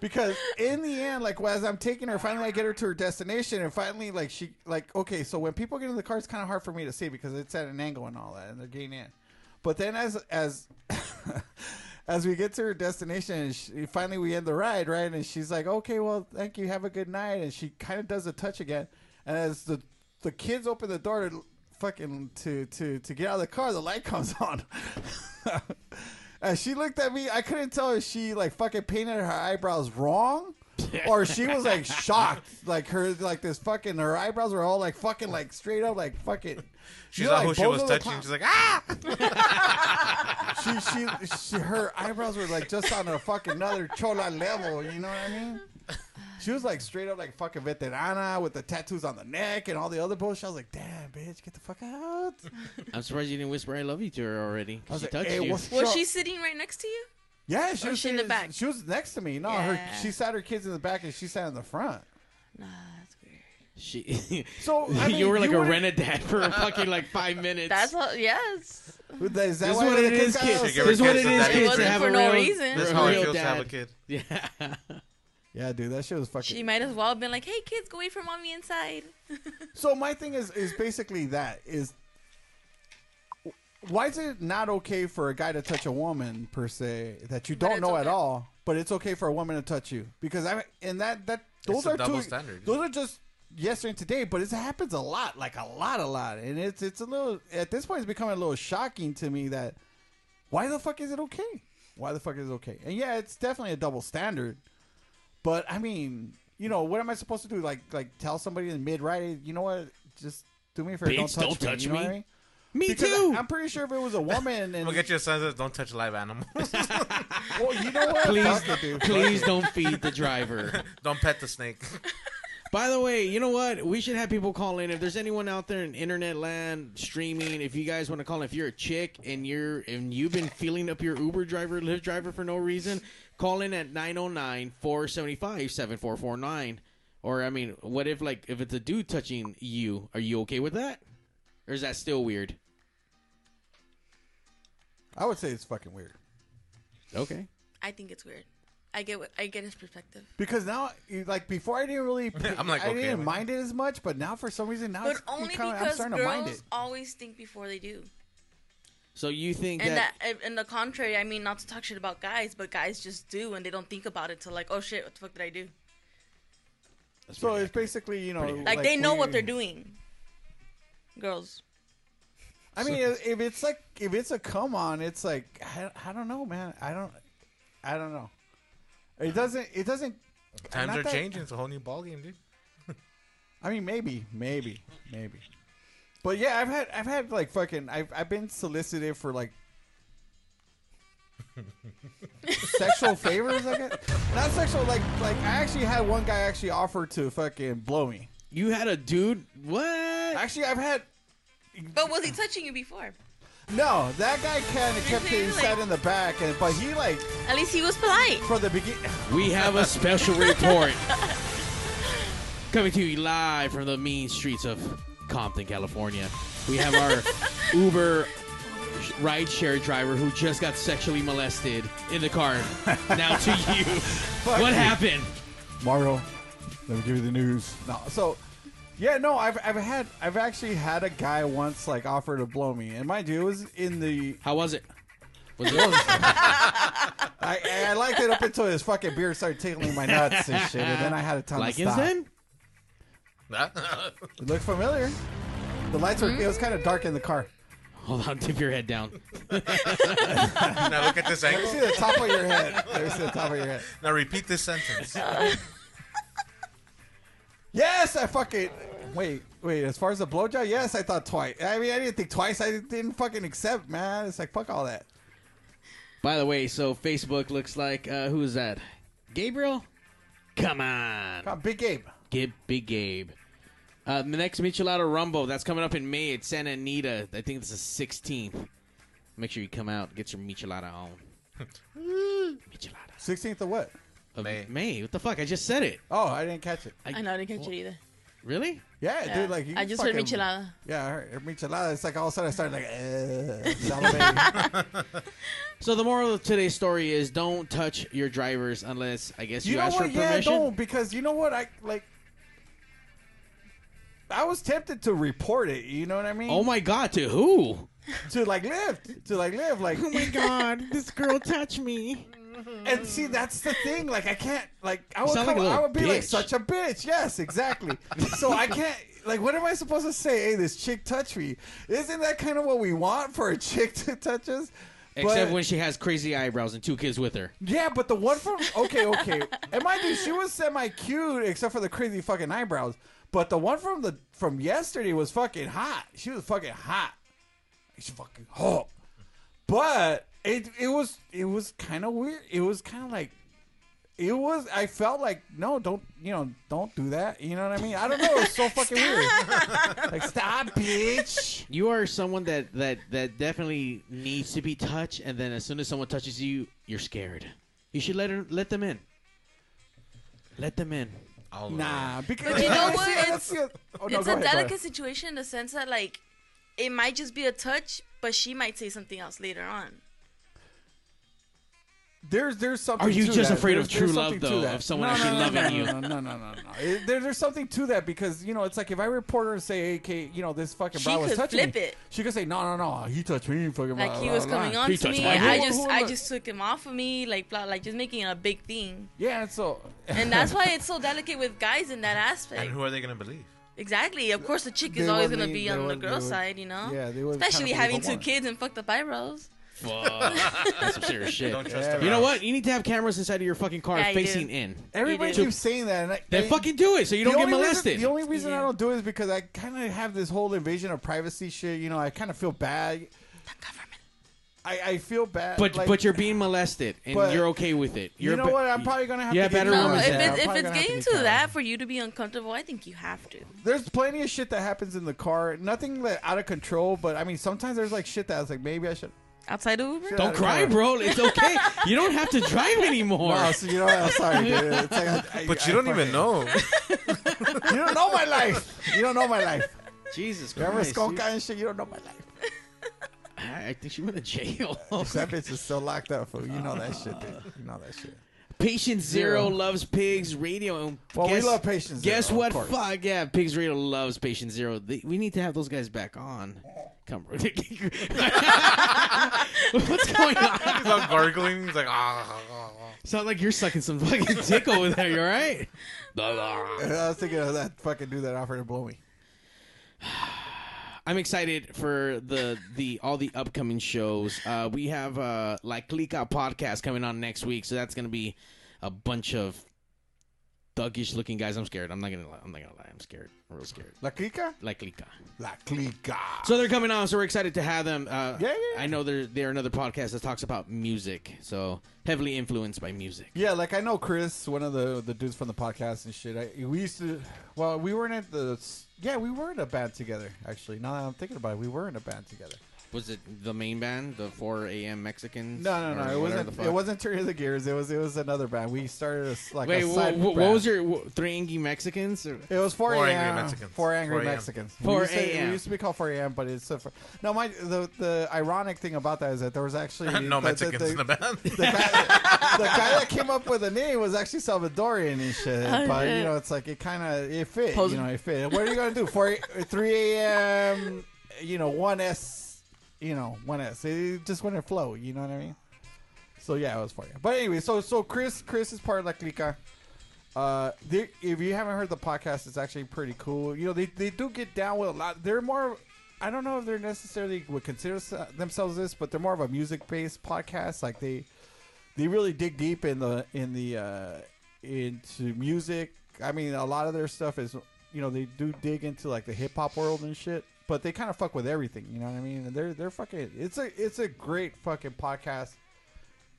[SPEAKER 9] Because in the end, like as I'm taking her, finally I get her to her destination, and finally like she like okay. So when people get in the car, it's kind of hard for me to see because it's at an angle and all that, and they're getting in. But then as as as we get to her destination, and she, finally we end the ride, right? And she's like, "Okay, well, thank you. Have a good night." And she kind of does a touch again. And as the the kids open the door to fucking to to to get out of the car, the light comes on. and she looked at me. I couldn't tell if she like fucking painted her eyebrows wrong. or she was like shocked, like her, like this fucking. Her eyebrows were all like fucking, like straight up, like fucking.
[SPEAKER 10] She
[SPEAKER 9] you know,
[SPEAKER 10] saw who she
[SPEAKER 9] Bozo
[SPEAKER 10] was
[SPEAKER 9] the
[SPEAKER 10] touching.
[SPEAKER 9] Clown
[SPEAKER 10] She's like, ah!
[SPEAKER 9] she, she, she, her eyebrows were like just on a fucking another chola level. You know what I mean? She was like straight up like fucking veterana with the tattoos on the neck and all the other bullshit. I was like, damn, bitch, get the fuck out.
[SPEAKER 2] I'm surprised you didn't whisper "I love you" to her already.
[SPEAKER 9] I was
[SPEAKER 2] 'cause she
[SPEAKER 9] like,
[SPEAKER 2] touched
[SPEAKER 9] hey,
[SPEAKER 2] you.
[SPEAKER 9] what's
[SPEAKER 3] Was
[SPEAKER 9] up?
[SPEAKER 3] she sitting right next to you?
[SPEAKER 9] Yeah, she
[SPEAKER 3] or
[SPEAKER 9] was
[SPEAKER 3] Oh, she in the
[SPEAKER 9] sitting-
[SPEAKER 3] back?
[SPEAKER 9] She was next to me. No,
[SPEAKER 3] Yeah.
[SPEAKER 9] her she sat her kids in the back and she sat in the front.
[SPEAKER 3] Nah, that's weird.
[SPEAKER 2] She,
[SPEAKER 9] So I mean,
[SPEAKER 2] you were like a
[SPEAKER 9] wouldn't-
[SPEAKER 2] rent a dad for fucking like five minutes.
[SPEAKER 3] That's all. Yes.
[SPEAKER 9] Is that
[SPEAKER 2] this is
[SPEAKER 9] why
[SPEAKER 2] what
[SPEAKER 9] the
[SPEAKER 2] it
[SPEAKER 9] kids
[SPEAKER 2] is,
[SPEAKER 9] got
[SPEAKER 2] kids.
[SPEAKER 9] out of
[SPEAKER 10] She
[SPEAKER 2] This
[SPEAKER 10] gave
[SPEAKER 9] state?
[SPEAKER 2] is what it
[SPEAKER 10] her
[SPEAKER 2] is,
[SPEAKER 10] kids a daddy.
[SPEAKER 2] kids. To
[SPEAKER 10] It
[SPEAKER 2] have
[SPEAKER 3] wasn't
[SPEAKER 2] a
[SPEAKER 3] for no
[SPEAKER 2] real,
[SPEAKER 3] reason.
[SPEAKER 10] That's
[SPEAKER 2] a
[SPEAKER 10] how it
[SPEAKER 2] real
[SPEAKER 10] feels to have a
[SPEAKER 2] dad.
[SPEAKER 10] kid.
[SPEAKER 2] Yeah.
[SPEAKER 9] Yeah, dude, that shit was fucking.
[SPEAKER 3] She might as well have been like, "Hey, kids, go away from mommy inside."
[SPEAKER 9] So my thing is is basically that is why is it not okay for a guy to touch a woman per se that you
[SPEAKER 3] But
[SPEAKER 9] don't
[SPEAKER 3] it's
[SPEAKER 9] know at
[SPEAKER 3] okay.
[SPEAKER 9] all, but it's okay for a woman to touch you because I and that that those
[SPEAKER 10] a
[SPEAKER 9] are
[SPEAKER 10] double
[SPEAKER 9] two
[SPEAKER 10] standard.
[SPEAKER 9] those are just yesterday and today, but it happens a lot, like a lot, a lot, and it's it's a little at this point it's becoming a little shocking to me that why the fuck is it okay? Why the fuck is it okay? And yeah, it's definitely a double standard. But I mean, you know, what am I supposed to do? Like, like tell somebody in mid ride, you know what? Just do me a favor. don't
[SPEAKER 2] Bitch,
[SPEAKER 9] touch
[SPEAKER 2] don't
[SPEAKER 9] me.
[SPEAKER 2] touch
[SPEAKER 9] you know
[SPEAKER 2] me.
[SPEAKER 9] what I mean?
[SPEAKER 2] Me
[SPEAKER 9] Because
[SPEAKER 2] too.
[SPEAKER 9] I, am pretty sure if it was a woman, and
[SPEAKER 10] We'll get you a sign that says, don't touch live animals.
[SPEAKER 9] well, you know what?
[SPEAKER 2] Please.
[SPEAKER 9] Fuck it, dude.
[SPEAKER 2] Please don't feed the driver.
[SPEAKER 10] don't pet the snake.
[SPEAKER 2] By the way, you know what? We should have people call in. If there's anyone out there in internet land streaming, if you guys want to call in, if you're a chick and you're and you've been feeling up your Uber driver, Lyft driver for no reason, call in at 909-475-7449. Or I mean, what if like if it's a dude touching you, are you okay with that? Or is that still weird?
[SPEAKER 9] I would say it's fucking weird
[SPEAKER 2] Okay.
[SPEAKER 3] I think it's weird. I get what I get his perspective.
[SPEAKER 9] because now, you- like before, I didn't really,
[SPEAKER 10] I'm like,
[SPEAKER 9] I
[SPEAKER 10] okay,
[SPEAKER 9] didn't
[SPEAKER 10] like-
[SPEAKER 9] mind it as much, but now for some reason, now
[SPEAKER 3] But
[SPEAKER 9] it's
[SPEAKER 3] only
[SPEAKER 9] kinda, I'm
[SPEAKER 3] because
[SPEAKER 9] starting to mind
[SPEAKER 3] girls
[SPEAKER 9] it.
[SPEAKER 3] always think before they do.
[SPEAKER 2] So you think
[SPEAKER 3] And
[SPEAKER 2] that,
[SPEAKER 3] that, and the contrary, I mean, not to talk shit about guys, but guys just do, and they don't think about it till like, oh shit, what the fuck did I do?
[SPEAKER 9] So it's basically, you know,
[SPEAKER 3] Like, they know
[SPEAKER 9] we-
[SPEAKER 3] what they're doing. Girls,
[SPEAKER 9] I mean, if if it's like if it's a come on, it's like I, I don't know, man. I don't, I don't know. It doesn't. It doesn't.
[SPEAKER 10] Times
[SPEAKER 9] not
[SPEAKER 10] are
[SPEAKER 9] that-
[SPEAKER 10] changing. It's a whole new ballgame, dude.
[SPEAKER 9] I mean, maybe, maybe, maybe. But yeah, I've had I've had like fucking I've I've been solicited for like sexual favors. I guess not sexual. Like like I actually had one guy actually offer to fucking blow me.
[SPEAKER 2] you had a dude? What?
[SPEAKER 9] Actually, I've had
[SPEAKER 3] but was he touching you before?
[SPEAKER 9] no. That guy kind of kept it. He sat in the back, and but he like
[SPEAKER 3] At least he was polite.
[SPEAKER 9] for the beginning.
[SPEAKER 2] We have a special report coming to you live from the mean streets of Compton, California. We have our Uber rideshare driver who just got sexually molested in the car. Now to you. what
[SPEAKER 9] you.
[SPEAKER 2] happened?
[SPEAKER 9] Mario, let me give you the news. No, so Yeah, no, I've, I've had I've actually had a guy once like offer to blow me, and mind you, it was in the
[SPEAKER 2] how was it?
[SPEAKER 9] Was it? I, I liked it up until his fucking beard started tickling my nuts and shit, and then I had a time
[SPEAKER 2] Like
[SPEAKER 9] to stop.
[SPEAKER 2] then?
[SPEAKER 9] It looked familiar. The lights were. It was kind of dark in the car.
[SPEAKER 2] Hold on, tip your head down.
[SPEAKER 10] now look at this
[SPEAKER 9] Let me see
[SPEAKER 10] angle.
[SPEAKER 9] the top of your head. Let me see the top of your head.
[SPEAKER 10] Now repeat this sentence.
[SPEAKER 9] Yes, I fucking wait, wait. As far as the blowjob, yes, I thought twice. I mean, I didn't think twice. I didn't fucking accept, man. It's like fuck all that.
[SPEAKER 2] By the way, so Facebook looks like uh, who is that? Gabriel? Come on,
[SPEAKER 9] Come on, Big Gabe.
[SPEAKER 2] get big Gabe. Uh, the next Michelada Rumble that's coming up in May at Santa Anita. I think it's the sixteenth. Make sure you come out, get your Michelada on. Michelada
[SPEAKER 9] Sixteenth of what?
[SPEAKER 2] of
[SPEAKER 10] May.
[SPEAKER 2] May. What the fuck? I just said it.
[SPEAKER 9] Oh, I didn't catch it.
[SPEAKER 3] I know I didn't catch it either.
[SPEAKER 2] Really?
[SPEAKER 9] Yeah,
[SPEAKER 3] Yeah.
[SPEAKER 9] dude. Like you
[SPEAKER 3] I just heard
[SPEAKER 9] fucking-
[SPEAKER 3] michelada.
[SPEAKER 9] Yeah, I heard michelada. It's like all of a sudden I started like uh, salivating.
[SPEAKER 2] So the moral of today's story is don't touch your drivers unless I guess you,
[SPEAKER 9] you know
[SPEAKER 2] ask
[SPEAKER 9] what?
[SPEAKER 2] for
[SPEAKER 9] Yeah,
[SPEAKER 2] permission.
[SPEAKER 9] don't because you know what? I like. I was tempted to report it. You know what I mean?
[SPEAKER 2] oh my god, to who?
[SPEAKER 9] To like live, to like live, like
[SPEAKER 2] Oh my god, this girl touched me.
[SPEAKER 9] And see, that's the thing. Like, I can't. Like, I would,
[SPEAKER 2] sound
[SPEAKER 9] come,
[SPEAKER 2] like a
[SPEAKER 9] I
[SPEAKER 2] little
[SPEAKER 9] would be like
[SPEAKER 2] bitch.
[SPEAKER 9] such a bitch. Yes, exactly. so I can't. Like, what am I supposed to say? Hey, this chick touched me. Isn't that kind of what we want for a chick to touch us?
[SPEAKER 2] Except
[SPEAKER 9] But-
[SPEAKER 2] when she has crazy eyebrows and two kids with her.
[SPEAKER 9] yeah, but the one from okay, okay, and mind you, she was semi cute except for the crazy fucking eyebrows. But the one from the from yesterday was fucking hot. She was fucking hot. She fucking hot. But it it was it was kind of weird. It was kind of like it was. I felt like no, don't you know, don't do that. You know what I mean? I don't know. It was so fucking weird. Like stop, bitch.
[SPEAKER 2] You are someone that that that definitely needs to be touched, and then as soon as someone touches you, you're scared. You should let her let them in. Let them in.
[SPEAKER 10] All over.
[SPEAKER 9] Nah, because
[SPEAKER 3] But you know
[SPEAKER 9] See,
[SPEAKER 3] what?
[SPEAKER 9] that's-
[SPEAKER 3] it's
[SPEAKER 9] oh, no, go
[SPEAKER 3] a
[SPEAKER 9] ahead, go ahead.
[SPEAKER 3] delicate situation in the sense that like it might just be a touch, but she might say something else later on.
[SPEAKER 9] There's there's something.
[SPEAKER 2] Are you
[SPEAKER 9] to
[SPEAKER 2] just
[SPEAKER 9] that.
[SPEAKER 2] afraid
[SPEAKER 9] There's-
[SPEAKER 2] of true
[SPEAKER 9] there's
[SPEAKER 2] love,
[SPEAKER 9] something to
[SPEAKER 2] though,
[SPEAKER 9] that.
[SPEAKER 2] of someone
[SPEAKER 9] no,
[SPEAKER 2] actually
[SPEAKER 9] no, no,
[SPEAKER 2] loving
[SPEAKER 9] no,
[SPEAKER 2] you?
[SPEAKER 9] No, no, no, no, no. no. It- there- there's something to that because you know it's like if I report her and say, "Hey, Kate, you know this fucking
[SPEAKER 3] She
[SPEAKER 9] bro was
[SPEAKER 3] could
[SPEAKER 9] touching
[SPEAKER 3] flip
[SPEAKER 9] me,"
[SPEAKER 3] it.
[SPEAKER 9] she could say, "No, no, no, he touched me, fucking."
[SPEAKER 3] Like
[SPEAKER 9] blah,
[SPEAKER 3] he
[SPEAKER 9] blah,
[SPEAKER 3] was
[SPEAKER 9] blah,
[SPEAKER 3] coming
[SPEAKER 9] blah."
[SPEAKER 3] on to
[SPEAKER 2] touched
[SPEAKER 3] me,
[SPEAKER 2] my
[SPEAKER 3] I
[SPEAKER 9] boob.
[SPEAKER 3] just
[SPEAKER 9] Who- who
[SPEAKER 3] I
[SPEAKER 9] am I-
[SPEAKER 3] just took him off of me, like blah, like just making it a big thing.
[SPEAKER 9] Yeah, so
[SPEAKER 3] And that's why it's so delicate with guys in that aspect.
[SPEAKER 10] And who are they going to believe?
[SPEAKER 3] Exactly. Of course, the chick
[SPEAKER 9] They
[SPEAKER 3] is always
[SPEAKER 9] would
[SPEAKER 3] gonna
[SPEAKER 9] lean-
[SPEAKER 3] be
[SPEAKER 9] they
[SPEAKER 3] on the
[SPEAKER 9] would- they
[SPEAKER 3] girl's
[SPEAKER 9] would-
[SPEAKER 3] side, you know.
[SPEAKER 9] yeah, they would kinda
[SPEAKER 3] Especially
[SPEAKER 9] believe
[SPEAKER 3] having
[SPEAKER 9] the
[SPEAKER 3] two
[SPEAKER 9] woman.
[SPEAKER 3] kids and fucked up eyebrows.
[SPEAKER 2] Fuck. That's some serious shit.
[SPEAKER 10] Don't trust
[SPEAKER 9] Yeah.
[SPEAKER 10] her
[SPEAKER 2] You know
[SPEAKER 10] eyes.
[SPEAKER 2] what? You need to have cameras inside of your fucking car
[SPEAKER 3] Yeah, you
[SPEAKER 2] facing
[SPEAKER 3] do.
[SPEAKER 2] in.
[SPEAKER 9] everybody
[SPEAKER 3] do.
[SPEAKER 9] keeps saying that. And I,
[SPEAKER 2] Then
[SPEAKER 9] and
[SPEAKER 2] fucking do it so you
[SPEAKER 9] the
[SPEAKER 2] don't get
[SPEAKER 9] only reason-
[SPEAKER 2] molested.
[SPEAKER 9] the only reason I
[SPEAKER 3] Yeah.
[SPEAKER 9] don't do it is because I kind of have this whole invasion of privacy shit. You know, I kind of feel bad. I, I feel bad,
[SPEAKER 2] but
[SPEAKER 9] like,
[SPEAKER 2] but you're being molested and
[SPEAKER 9] But-
[SPEAKER 2] you're okay with it.
[SPEAKER 9] you
[SPEAKER 2] You're
[SPEAKER 9] know
[SPEAKER 2] be-
[SPEAKER 9] what? I'm probably gonna have to.
[SPEAKER 2] Yeah,
[SPEAKER 9] get
[SPEAKER 2] better
[SPEAKER 9] used
[SPEAKER 3] No,
[SPEAKER 9] to
[SPEAKER 2] woman
[SPEAKER 9] it.
[SPEAKER 3] if
[SPEAKER 9] I'm
[SPEAKER 2] woman. Yeah,
[SPEAKER 3] it's, if
[SPEAKER 9] probably
[SPEAKER 3] it's
[SPEAKER 9] gonna have
[SPEAKER 3] getting
[SPEAKER 9] get
[SPEAKER 3] to
[SPEAKER 9] used it.
[SPEAKER 3] that for you to be uncomfortable, I think you have to.
[SPEAKER 9] there's plenty of shit that happens in the car. Nothing that out of control, but I mean, sometimes there's like shit that's like maybe I should.
[SPEAKER 3] Outside of Uber,
[SPEAKER 9] Don't-
[SPEAKER 2] don't cry, bro. It's okay. you don't have to drive anymore.
[SPEAKER 9] Oh, so you know what? I'm sorry, dude. It's like, I-
[SPEAKER 10] But
[SPEAKER 9] I-
[SPEAKER 10] you don't
[SPEAKER 9] I
[SPEAKER 10] even
[SPEAKER 9] fucking-
[SPEAKER 10] know.
[SPEAKER 9] You don't know my life. You don't know my life.
[SPEAKER 2] Jesus
[SPEAKER 9] Remember
[SPEAKER 2] Christ.
[SPEAKER 9] Skonka
[SPEAKER 2] dude.
[SPEAKER 9] and shit? You don't know my life.
[SPEAKER 2] I I think she went to jail.
[SPEAKER 9] That bitch is still locked up, fool. You know that shit, dude. You know that shit.
[SPEAKER 2] Patient Zero
[SPEAKER 9] Zero.
[SPEAKER 2] loves Pigs Radio. And
[SPEAKER 9] Well, we love Patient Zero,
[SPEAKER 2] Guess
[SPEAKER 9] of
[SPEAKER 2] what?
[SPEAKER 9] course.
[SPEAKER 2] Fuck yeah, Pigs Radio loves Patient Zero. They, we need to have those guys back on. Come, what's going on?
[SPEAKER 10] He's all gargling. He's like, ah.
[SPEAKER 2] Sound like you're sucking some fucking dick over there. You all right?
[SPEAKER 9] I was thinking of that fucking dude that offered to blow me.
[SPEAKER 2] I'm excited for the the all the upcoming shows. Uh, we have uh, like Click Out podcast coming on next week, so that's gonna be a bunch of thuggish looking guys. I'm scared. I'm not gonna. Lie. I'm not gonna lie. I'm scared. I'm real scared.
[SPEAKER 9] La clica?
[SPEAKER 2] Like Clica.
[SPEAKER 9] La clica.
[SPEAKER 2] So they're coming on, so we're excited to have them. Uh,
[SPEAKER 9] Yeah, yeah, yeah.
[SPEAKER 2] I know they're they're another podcast that talks about music, so heavily influenced by music.
[SPEAKER 9] Yeah, like I know Chris, one of the the dudes from the podcast and shit. I, we used to, well, we weren't at the, yeah, we were in a band together. Actually, now that I'm thinking about it, we were in a band together.
[SPEAKER 2] Was it the main band, the 4 a.m. Mexicans?
[SPEAKER 9] No, no, no. It
[SPEAKER 2] or whatever
[SPEAKER 9] wasn't.
[SPEAKER 2] the
[SPEAKER 9] It
[SPEAKER 2] fuck?
[SPEAKER 9] wasn't Turn of the Gears. It was. It was another band. We started a, s- like
[SPEAKER 2] Wait,
[SPEAKER 9] a
[SPEAKER 2] wha-
[SPEAKER 9] side
[SPEAKER 2] wha- what,
[SPEAKER 9] band.
[SPEAKER 2] was your wha- three angry Mexicans? Or,
[SPEAKER 9] It was four,
[SPEAKER 10] Four
[SPEAKER 9] a.m.
[SPEAKER 10] Angry Mexicans.
[SPEAKER 9] Four angry
[SPEAKER 10] 4 a.m..
[SPEAKER 9] Mexicans.
[SPEAKER 2] 4
[SPEAKER 9] we used to-
[SPEAKER 2] a.m..
[SPEAKER 9] We used to be called four a.m., but it's a, fr- no. My the the ironic thing about that is that there was actually
[SPEAKER 10] no
[SPEAKER 9] the,
[SPEAKER 10] Mexicans in the band.
[SPEAKER 9] the guy, the guy that came up with the name was actually Salvadorian and shit. but you know, it's like it kind of it fit. You know, it fit. What are you gonna do? Four, three a.m. You know, one s. You know, one s. It just wouldn't flow. You know what I mean? So yeah, it was four a.m. But anyway, so so Chris Chris is part of La Clica. Uh, they, if you haven't heard the podcast, it's actually pretty cool. You know, they, they do get down with a lot. They're more, I don't know if they're necessarily would consider s- themselves this, but they're more of a music based podcast. Like they, they really dig deep in the in the uh, into music. I mean, a lot of their stuff is you know they do dig into like the hip hop world and shit, but they kind of fuck with everything. You know what I mean? And they're they're fucking. It's a it's a great fucking podcast,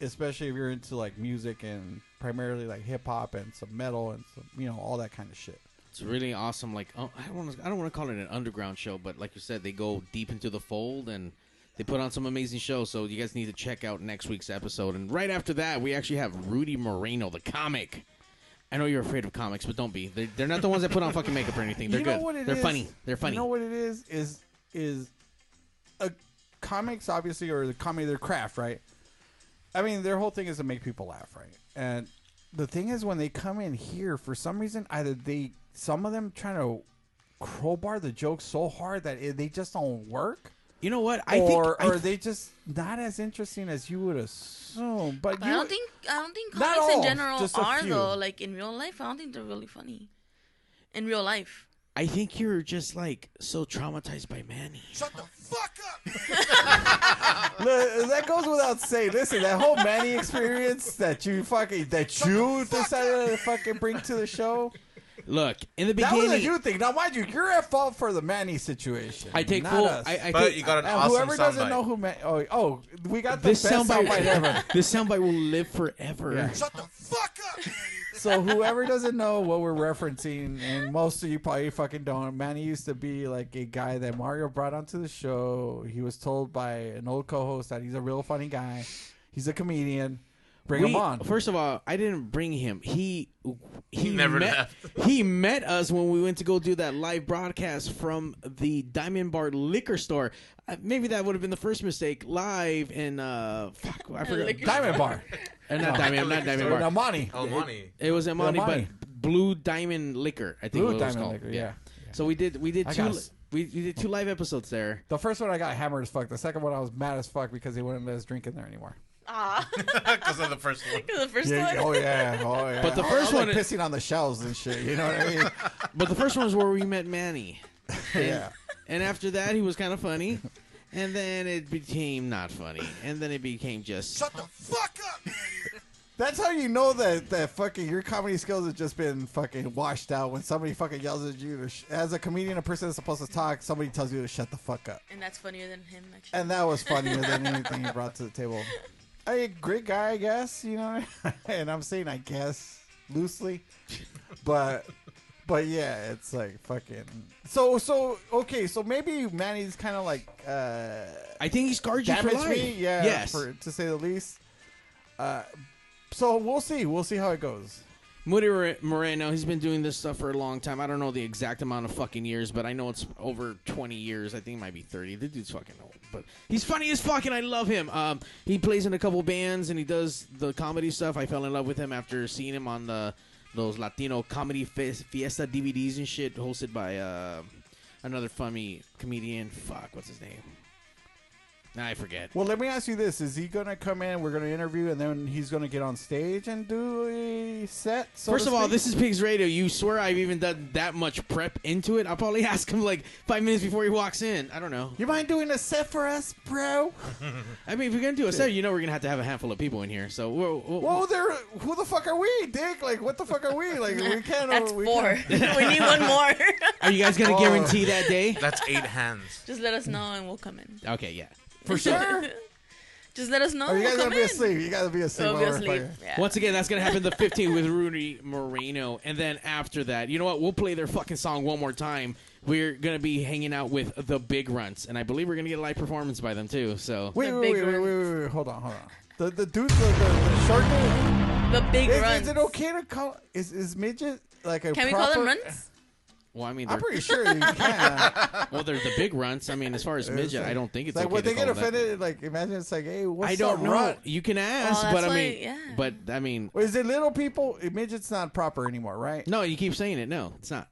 [SPEAKER 9] especially if you're into like music and primarily like hip hop and some metal and some you know all that kind of shit.
[SPEAKER 2] It's really awesome. Like oh, I don't want to, I don't want to call it an underground show, but like you said, they go deep into the fold and they put on some amazing shows. So you guys need to check out next week's episode. And right after that, we actually have Rudy Moreno, the comic. I know you're afraid of comics, but don't be. They're, they're not the ones that put on fucking makeup or anything. They're
[SPEAKER 9] you know
[SPEAKER 2] good.
[SPEAKER 9] What it
[SPEAKER 2] they're
[SPEAKER 9] is?
[SPEAKER 2] funny. They're funny.
[SPEAKER 9] You know what it is? Is is a comics obviously or the comedy their craft, right? I mean, their whole thing is to make people laugh, right? And the thing is, when they come in here, for some reason, either they some of them trying to crowbar the joke so hard that it, they just don't work.
[SPEAKER 2] You know what? I think
[SPEAKER 9] or
[SPEAKER 2] I
[SPEAKER 9] or they just not as interesting as you would assume. But
[SPEAKER 3] I
[SPEAKER 9] you-
[SPEAKER 3] don't think I don't think
[SPEAKER 9] Not
[SPEAKER 3] comics in
[SPEAKER 9] all,
[SPEAKER 3] general
[SPEAKER 9] just a
[SPEAKER 3] are
[SPEAKER 9] few.
[SPEAKER 3] though. Like in real life, I don't think they're really funny. In real life,
[SPEAKER 2] I think you're just like so traumatized by Manny.
[SPEAKER 9] Look, that goes without saying. Listen, that whole Manny experience that you fucking that you decided to fucking bring to the show.
[SPEAKER 2] Look, in the
[SPEAKER 9] That was a
[SPEAKER 2] beginning,
[SPEAKER 9] you thing. Now, mind you, you're at fault for the Manny situation.
[SPEAKER 2] I take
[SPEAKER 9] not
[SPEAKER 2] full.
[SPEAKER 9] us.
[SPEAKER 2] I, I
[SPEAKER 10] But
[SPEAKER 2] take,
[SPEAKER 10] you got an
[SPEAKER 9] And
[SPEAKER 10] awesome
[SPEAKER 9] whoever doesn't
[SPEAKER 10] soundbite.
[SPEAKER 9] know who Manny. Oh, oh, we got the
[SPEAKER 2] this
[SPEAKER 9] best soundbite,
[SPEAKER 2] soundbite,
[SPEAKER 9] ever.
[SPEAKER 2] this soundbite will live forever.
[SPEAKER 9] Yeah. So whoever doesn't know what we're referencing, and most of you probably fucking don't, Manny used to be like a guy that Mario brought onto the show. He was told by an old co-host that he's a real funny guy. He's a comedian. Bring
[SPEAKER 2] We-
[SPEAKER 9] him on.
[SPEAKER 2] First of all, I didn't bring him. He he
[SPEAKER 10] never
[SPEAKER 2] met,
[SPEAKER 10] left.
[SPEAKER 2] He met us when we went to go do that live broadcast from the Diamond Bar liquor store. Uh, maybe that would have been the first mistake. Live and uh, fuck, I forgot.
[SPEAKER 3] liquor
[SPEAKER 9] Diamond Bar.
[SPEAKER 2] Uh, not Diamond, not Diamond
[SPEAKER 9] Or
[SPEAKER 2] Bar.
[SPEAKER 9] Namani.
[SPEAKER 10] Oh, money.
[SPEAKER 2] It was at Monty,
[SPEAKER 9] Monty.
[SPEAKER 2] but Blue Diamond Liquor. I
[SPEAKER 9] Blue
[SPEAKER 2] think what it was
[SPEAKER 9] Diamond
[SPEAKER 2] called.
[SPEAKER 9] Liquor, yeah.
[SPEAKER 2] So we did we did
[SPEAKER 9] I
[SPEAKER 2] two
[SPEAKER 9] got
[SPEAKER 2] li-
[SPEAKER 9] s-
[SPEAKER 2] we, we did two live episodes there.
[SPEAKER 9] The first one I got hammered as fuck. The second one I was mad as fuck because they wouldn't let us drink in there anymore.
[SPEAKER 3] ah,
[SPEAKER 10] Because of the first one.
[SPEAKER 3] the first
[SPEAKER 9] Yeah,
[SPEAKER 3] one.
[SPEAKER 9] oh yeah, oh yeah.
[SPEAKER 2] But the
[SPEAKER 9] I- I
[SPEAKER 2] first
[SPEAKER 9] was, like,
[SPEAKER 2] one-
[SPEAKER 9] pissing on the shelves and shit. You know what I mean?
[SPEAKER 2] But the first one was where we met Manny.
[SPEAKER 9] yeah.
[SPEAKER 2] And after that, he was kind of funny. And then it became not funny. And then it became just.
[SPEAKER 9] That's how you know that that fucking your comedy skills have just been fucking washed out when somebody fucking yells at you. To sh- as a comedian, a person that's supposed to talk, somebody tells you to shut the fuck up.
[SPEAKER 3] And that's funnier than him actually.
[SPEAKER 9] And that was funnier than anything he brought to the table. A great guy, I guess. You know, and I'm saying I guess loosely, but but yeah, it's like fucking. So so okay, so maybe Manny's kind of like uh
[SPEAKER 2] I think he scarred you for
[SPEAKER 9] damaged
[SPEAKER 2] life.
[SPEAKER 9] me, yeah,
[SPEAKER 2] Yes.
[SPEAKER 9] for, to say the least. Uh, so we'll see, we'll see how it goes.
[SPEAKER 2] Moody Mor- Moreno, he's been doing this stuff for a long time. I don't know the exact amount of fucking years, but I know it's over 20 years. I think it might be 30. The dude's fucking old, but he's funny as fuck, and I love him. Um, he plays in a couple bands and he does the comedy stuff. I fell in love with him after seeing him on the those Latino comedy fest, fiesta DVDs and shit, hosted by uh, another funny comedian. Fuck, what's his name? Nah, I forget.
[SPEAKER 9] Well, let me ask you this: Is he gonna come in? We're gonna interview, and then he's gonna get on stage and do a set. So
[SPEAKER 2] First
[SPEAKER 9] to
[SPEAKER 2] of all,
[SPEAKER 9] speak?
[SPEAKER 2] this is Pigs Radio. You swear I've even done that much prep into it. I'll probably ask him like five minutes before he walks in. I don't know.
[SPEAKER 9] You mind doing a set for us, bro?
[SPEAKER 2] I mean, if you're gonna do a set, you know we're gonna have to have a handful of people in here. So we're, we're-
[SPEAKER 9] Whoa, there! Who the fuck are we, Dick? Like, what the fuck are we? Like, we can't.
[SPEAKER 3] That's
[SPEAKER 9] we
[SPEAKER 3] four.
[SPEAKER 9] can't-
[SPEAKER 3] we need one more.
[SPEAKER 2] are you guys gonna
[SPEAKER 9] Oh.
[SPEAKER 2] guarantee that day?
[SPEAKER 10] That's eight hands.
[SPEAKER 3] Just let us know and we'll come in.
[SPEAKER 2] Okay, yeah.
[SPEAKER 9] For sure.
[SPEAKER 3] Just let us know.
[SPEAKER 9] Are
[SPEAKER 3] and
[SPEAKER 9] Oh, you guys
[SPEAKER 3] we'll come
[SPEAKER 9] gonna be
[SPEAKER 3] in.
[SPEAKER 9] asleep? You gotta be asleep.
[SPEAKER 3] We'll
[SPEAKER 9] while
[SPEAKER 3] be
[SPEAKER 9] we're
[SPEAKER 3] asleep.
[SPEAKER 9] fucking-
[SPEAKER 3] Yeah.
[SPEAKER 2] Onth- Once again, that's gonna happen the 15th with Rudy Moreno, and then after that, you know what? We'll play their fucking song one more time We're gonna be hanging out with the Big Runts, and I believe we're gonna get a live performance by them too. So
[SPEAKER 9] Wait, wait, wait, wait, wait, wait, wait, hold on, hold on. The the dude, the, the, the short dude.
[SPEAKER 3] The big
[SPEAKER 9] is,
[SPEAKER 3] runs.
[SPEAKER 9] Is it okay to call? Is is midget like a?
[SPEAKER 3] Can we
[SPEAKER 9] proper,
[SPEAKER 3] call them runts?
[SPEAKER 2] Well, I mean,
[SPEAKER 9] I'm
[SPEAKER 2] they're,
[SPEAKER 9] pretty sure you can.
[SPEAKER 2] well, they're the Big Runts. I mean, as far as midget, I don't think it's
[SPEAKER 9] like
[SPEAKER 2] okay
[SPEAKER 9] would
[SPEAKER 2] to
[SPEAKER 9] they get
[SPEAKER 2] call them that.
[SPEAKER 9] offended? Like imagine it's like, hey, what's
[SPEAKER 2] I don't
[SPEAKER 9] up,
[SPEAKER 2] know.
[SPEAKER 9] Runt?
[SPEAKER 2] You can ask,
[SPEAKER 3] that's
[SPEAKER 2] but I
[SPEAKER 3] why-
[SPEAKER 2] mean,
[SPEAKER 3] yeah.
[SPEAKER 2] but I mean,
[SPEAKER 9] Or Is it little people? Midget's not proper anymore, right?
[SPEAKER 2] no, you keep saying it. No, it's not.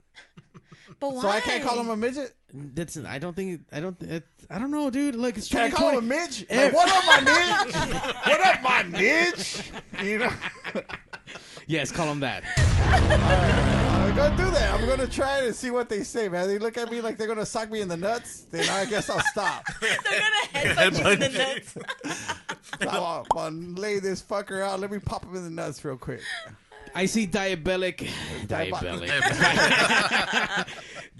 [SPEAKER 3] But why?
[SPEAKER 9] So I can't call him a midget.
[SPEAKER 2] That's I don't think I don't it, I don't know, dude. Look, it's
[SPEAKER 9] Can I call him a
[SPEAKER 2] 2020.
[SPEAKER 9] midge? Like, what up, my midge? what up, my midge? You know,
[SPEAKER 2] Yes, call him that.
[SPEAKER 9] I'm gonna do that. I'm gonna try it and see what they say, man. They look at me like they're gonna sock me in the nuts. Then I guess I'll stop.
[SPEAKER 3] They're gonna headbutt you in the nuts.
[SPEAKER 9] I'll, I'll lay this fucker out. Let me pop him in the nuts real quick.
[SPEAKER 2] I see diabolic, diabolic,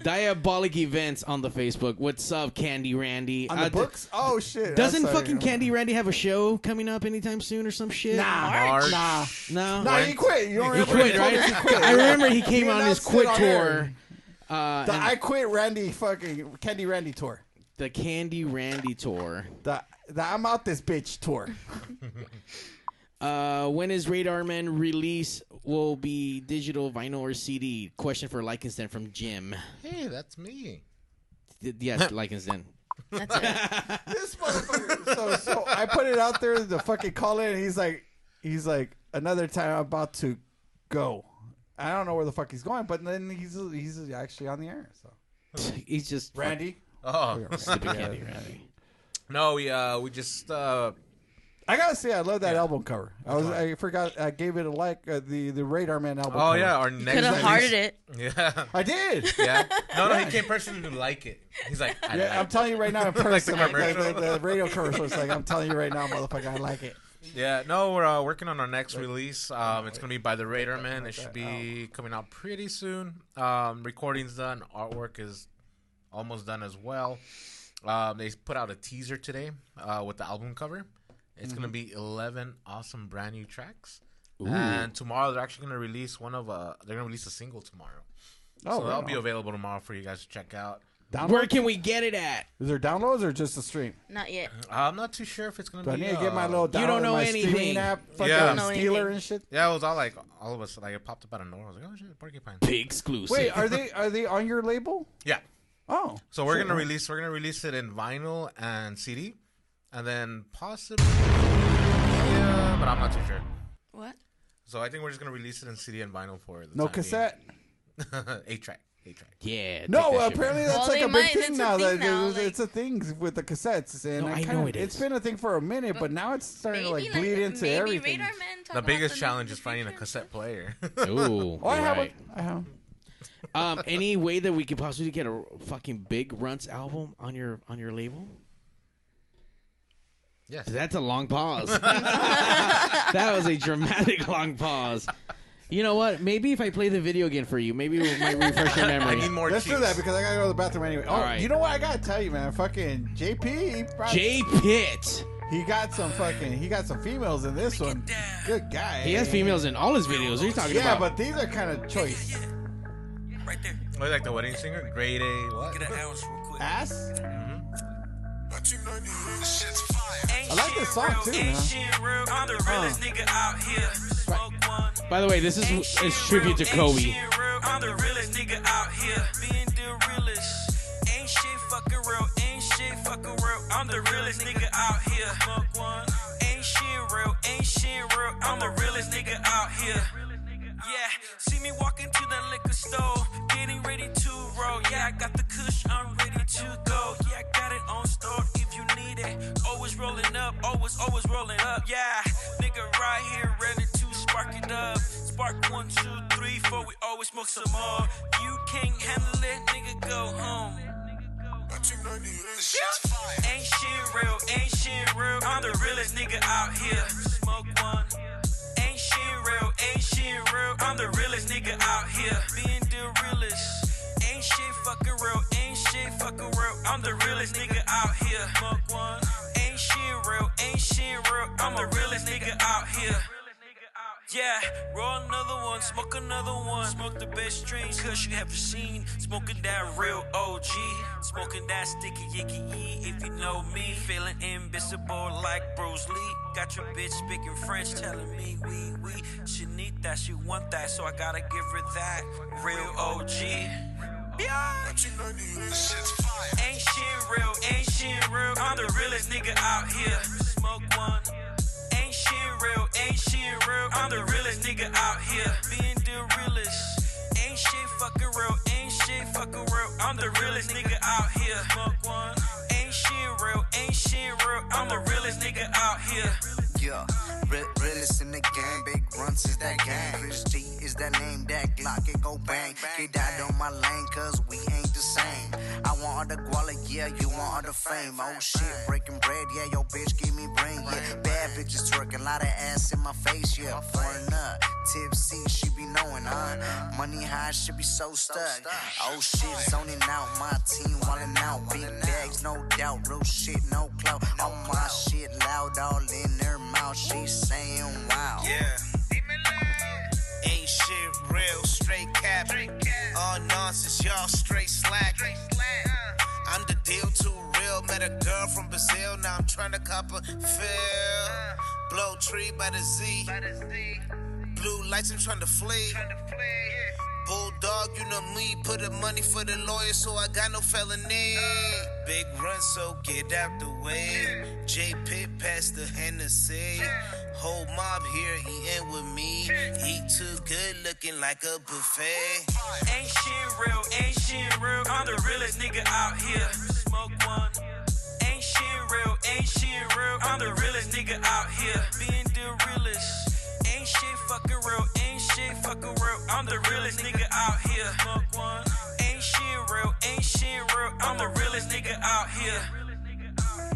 [SPEAKER 2] diabolic events on the Facebook. What's up, Candy Randy?
[SPEAKER 9] On the
[SPEAKER 2] Uh, d-
[SPEAKER 9] books? Oh shit!
[SPEAKER 2] Doesn't
[SPEAKER 9] That's-
[SPEAKER 2] fucking Candy Randy have a show coming up anytime soon or some shit?
[SPEAKER 9] Nah, nah,
[SPEAKER 2] no,
[SPEAKER 9] nah. He quit. You don't
[SPEAKER 2] He
[SPEAKER 9] remember
[SPEAKER 2] quit,
[SPEAKER 9] told
[SPEAKER 2] right?
[SPEAKER 9] us he quit.
[SPEAKER 2] I remember he came
[SPEAKER 9] He
[SPEAKER 2] on his
[SPEAKER 9] announced it
[SPEAKER 2] quit
[SPEAKER 9] on
[SPEAKER 2] tour.
[SPEAKER 9] air.
[SPEAKER 2] Uh,
[SPEAKER 9] The
[SPEAKER 2] and
[SPEAKER 9] I quit Randy fucking Candy Randy tour.
[SPEAKER 2] the Candy Randy tour.
[SPEAKER 9] The the I'm out this bitch tour.
[SPEAKER 2] Uh, when is Radar Man release? Will be digital, vinyl, or CD? Question for Lycansden from Jim.
[SPEAKER 10] Hey, that's me.
[SPEAKER 2] Y- Yes, Lycansden.
[SPEAKER 3] That's it.
[SPEAKER 9] This motherfucker. so so I put it out there the fucking call in. And he's like he's like another time I'm about to go. I don't know where the fuck he's going, but then he's he's actually on the air. So
[SPEAKER 2] He's just
[SPEAKER 9] Randy,
[SPEAKER 10] Oh
[SPEAKER 2] Slippy Candy Randy.
[SPEAKER 10] no, we uh, we just uh,
[SPEAKER 9] I gotta say I love that album cover. I was I forgot I gave it a like uh, the the Radar Man album.
[SPEAKER 10] oh
[SPEAKER 9] cover.
[SPEAKER 10] yeah, our next
[SPEAKER 3] Could have
[SPEAKER 10] release-
[SPEAKER 3] hearted it.
[SPEAKER 10] Yeah,
[SPEAKER 9] I did.
[SPEAKER 10] yeah. No, no, he can't personally like it. He's like, I
[SPEAKER 9] Yeah, I'm
[SPEAKER 10] like
[SPEAKER 9] telling you right now in
[SPEAKER 10] the
[SPEAKER 9] person, like, like,
[SPEAKER 10] commercial.
[SPEAKER 9] the, the radio commercial. It's like I'm telling you right now, motherfucker, I like it.
[SPEAKER 10] it. yeah. No, we're uh, working on our next release. Um, it's gonna be by the Radar Man. It should be coming out pretty soon. Um, recording's done. Artwork is almost done as well. Um, they put out a teaser today uh, with the album cover. It's gonna
[SPEAKER 9] Mm-hmm.
[SPEAKER 10] be 11 awesome brand new tracks. And tomorrow they're actually gonna release one of uh they're gonna release a single tomorrow.
[SPEAKER 9] Oh,
[SPEAKER 10] so that'll
[SPEAKER 9] right
[SPEAKER 10] be
[SPEAKER 9] on.
[SPEAKER 10] available tomorrow for you guys to check out.
[SPEAKER 2] Where can we get it at?
[SPEAKER 9] Is there downloads or just a stream?
[SPEAKER 3] Not yet.
[SPEAKER 10] I'm not too sure if it's gonna
[SPEAKER 9] Do I
[SPEAKER 10] be.
[SPEAKER 9] need to get my
[SPEAKER 10] uh,
[SPEAKER 9] little download
[SPEAKER 2] You don't know
[SPEAKER 9] my
[SPEAKER 2] anything.
[SPEAKER 9] streaming app? Fucking
[SPEAKER 10] Yeah. You don't
[SPEAKER 3] know
[SPEAKER 9] Stealer
[SPEAKER 3] anything.
[SPEAKER 9] and shit.
[SPEAKER 10] Yeah, it was all like all of us. Like it popped up out of nowhere. I was like, oh shit, porcupine.
[SPEAKER 2] Big exclusive.
[SPEAKER 9] Wait, are they are they on your label?
[SPEAKER 10] Yeah.
[SPEAKER 9] Oh,
[SPEAKER 10] So we're gonna release. We're gonna release it in vinyl and CD, and then possibly yeah, but I'm not too sure.
[SPEAKER 3] What?
[SPEAKER 10] So I think we're just gonna release it in CD and vinyl for the
[SPEAKER 9] no
[SPEAKER 10] time being.
[SPEAKER 9] cassette.
[SPEAKER 10] eight track, eight track.
[SPEAKER 2] yeah. take
[SPEAKER 9] No,
[SPEAKER 2] that shit
[SPEAKER 9] apparently
[SPEAKER 2] back.
[SPEAKER 3] Well,
[SPEAKER 9] that's like
[SPEAKER 3] they
[SPEAKER 9] a big
[SPEAKER 3] might- that's a
[SPEAKER 9] thing now.
[SPEAKER 3] thing
[SPEAKER 9] that-
[SPEAKER 3] now,
[SPEAKER 9] it's, it's a thing with the cassettes, and
[SPEAKER 2] No, I
[SPEAKER 9] I,
[SPEAKER 2] know
[SPEAKER 9] kind of,
[SPEAKER 2] it is.
[SPEAKER 9] has been a thing for a minute, but now it's starting
[SPEAKER 3] Maybe
[SPEAKER 9] to like
[SPEAKER 3] like,
[SPEAKER 9] bleed into
[SPEAKER 3] maybe
[SPEAKER 9] everything.
[SPEAKER 3] Radar Man talk
[SPEAKER 10] The
[SPEAKER 3] about
[SPEAKER 10] biggest
[SPEAKER 3] new
[SPEAKER 10] challenge is finding a
[SPEAKER 3] features.
[SPEAKER 10] cassette player.
[SPEAKER 2] Ooh.
[SPEAKER 9] Oh, I have
[SPEAKER 2] right.
[SPEAKER 9] it. I have.
[SPEAKER 2] Um, any way that we could possibly get a fucking big runts album on your on your label?
[SPEAKER 10] yes.
[SPEAKER 2] That's a long pause. that was a dramatic long pause. You know what? Maybe if I play the video again for you, maybe it might refresh your
[SPEAKER 10] I need
[SPEAKER 2] memory.
[SPEAKER 10] more.
[SPEAKER 9] Let's do
[SPEAKER 10] cheese.
[SPEAKER 9] that because I gotta go to the bathroom anyway. Oh,
[SPEAKER 2] right.
[SPEAKER 9] you know what I gotta tell you, man? Fucking JP, he, brought-
[SPEAKER 2] Jay Pitt.
[SPEAKER 9] he got some fucking, he got some females in this one. Good guy.
[SPEAKER 2] He has females in all his videos. What are you talking
[SPEAKER 9] Yeah, but
[SPEAKER 2] about?
[SPEAKER 9] these are kind of choice.
[SPEAKER 5] Right there.
[SPEAKER 10] What, like the wedding singer, grade A. What?
[SPEAKER 5] Get an ounce real quick.
[SPEAKER 9] Ass.
[SPEAKER 5] I
[SPEAKER 9] like this song, too, man. Uh.
[SPEAKER 5] real. I'm the realest nigga out here. Smoke one.
[SPEAKER 2] By the way, this is
[SPEAKER 5] Ain't shit
[SPEAKER 2] is tribute to
[SPEAKER 5] real, ain't
[SPEAKER 2] Kobe.
[SPEAKER 5] shit real. I'm the realest nigga out here. Being the realest. Ain't shit fucking real. Ain't shit fucking real. I'm the realest nigga out here. Smoke one. Ain't shit real. Ain't shit real. I'm the realest nigga out here. Yeah, see me walking to the liquor store, getting ready to roll. Yeah, I got the kush, I'm ready to go. Yeah, I got it on store if you need it. Always rolling up, always, always rolling up. Yeah, nigga right here ready to spark it up. Spark one, two, three, four. We always smoke some more. You can't handle it, nigga, go home. Ain't shit real, ain't shit real. I'm the realest nigga out here. Smoke one. Ain't shit real, ain't shit real. I'm the realest nigga out here. Being the realest. Ain't shit fucking real, ain't shit fucking real. I'm the realest nigga out here. Smoke one. Ain't shit real, ain't shit real. I'm the realest nigga out here. Yeah, roll another one, Smoke another one. Smoke the best strains, cause you haven't seen. Smoking that real OG. Smoking that sticky yicky yee, if you know me. Feeling invincible like Bruce Lee. Got your bitch speaking French, telling me we, we. She need that, she want that, so I gotta give her that. Real OG. Yeah. Ain't shit real, ain't shit real. I'm the realest nigga out here. Smoke one. Ain't shit real, ain't shit real. I'm the realest nigga out here. Being the realest. Ain't shit fucking real, ain't shit fucking real. I'm the realest nigga out here. Smoke one. Ain't shit real, ain't shit real. I'm the realest nigga out here.
[SPEAKER 6] Yeah, Re- realest in the game. Big runs is that game. Chris G is that name. That Glock it go bang. Get out on my lane, cause we ain't the same. I want all the quality, yeah, you want all the fame. Oh shit, breaking bread, yeah, yo bitch give me brain, yeah. Bad bitches twerking, lot of ass in my face, yeah. Foreign up, tipsy, she be knowing, huh? Money high, she be so stuck. Oh shit, zoning out, my team wildin' out. Big bags, no doubt, real shit, no clout. All my shit loud, all in her mouth, she saying wow.
[SPEAKER 7] Yeah. Ain't shit real, straight cap. All nonsense, y'all straight slack. I'm the deal too real. Met a girl from Brazil, now I'm trying to cop a feel. Blow tree by the Z. Blue lights, I'm trying to flee. Bulldog, you know me. Put the money for the lawyer, so I got no felony. Big run, so get out the way. J Pitt past the Hennessy. Whole mob here eating with me. Eat too good, looking like a buffet.
[SPEAKER 5] Ain't shit real, ain't shit real. I'm the realest nigga out here. Smoke one. Ain't shit real, ain't shit real. I'm the realest nigga out here. Being the realest. Ain't shit fucking real, ain't shit fucking real. I'm the realest nigga out here. Smoke one. Ain't shit real, ain't shit real. I'm the realest nigga out here.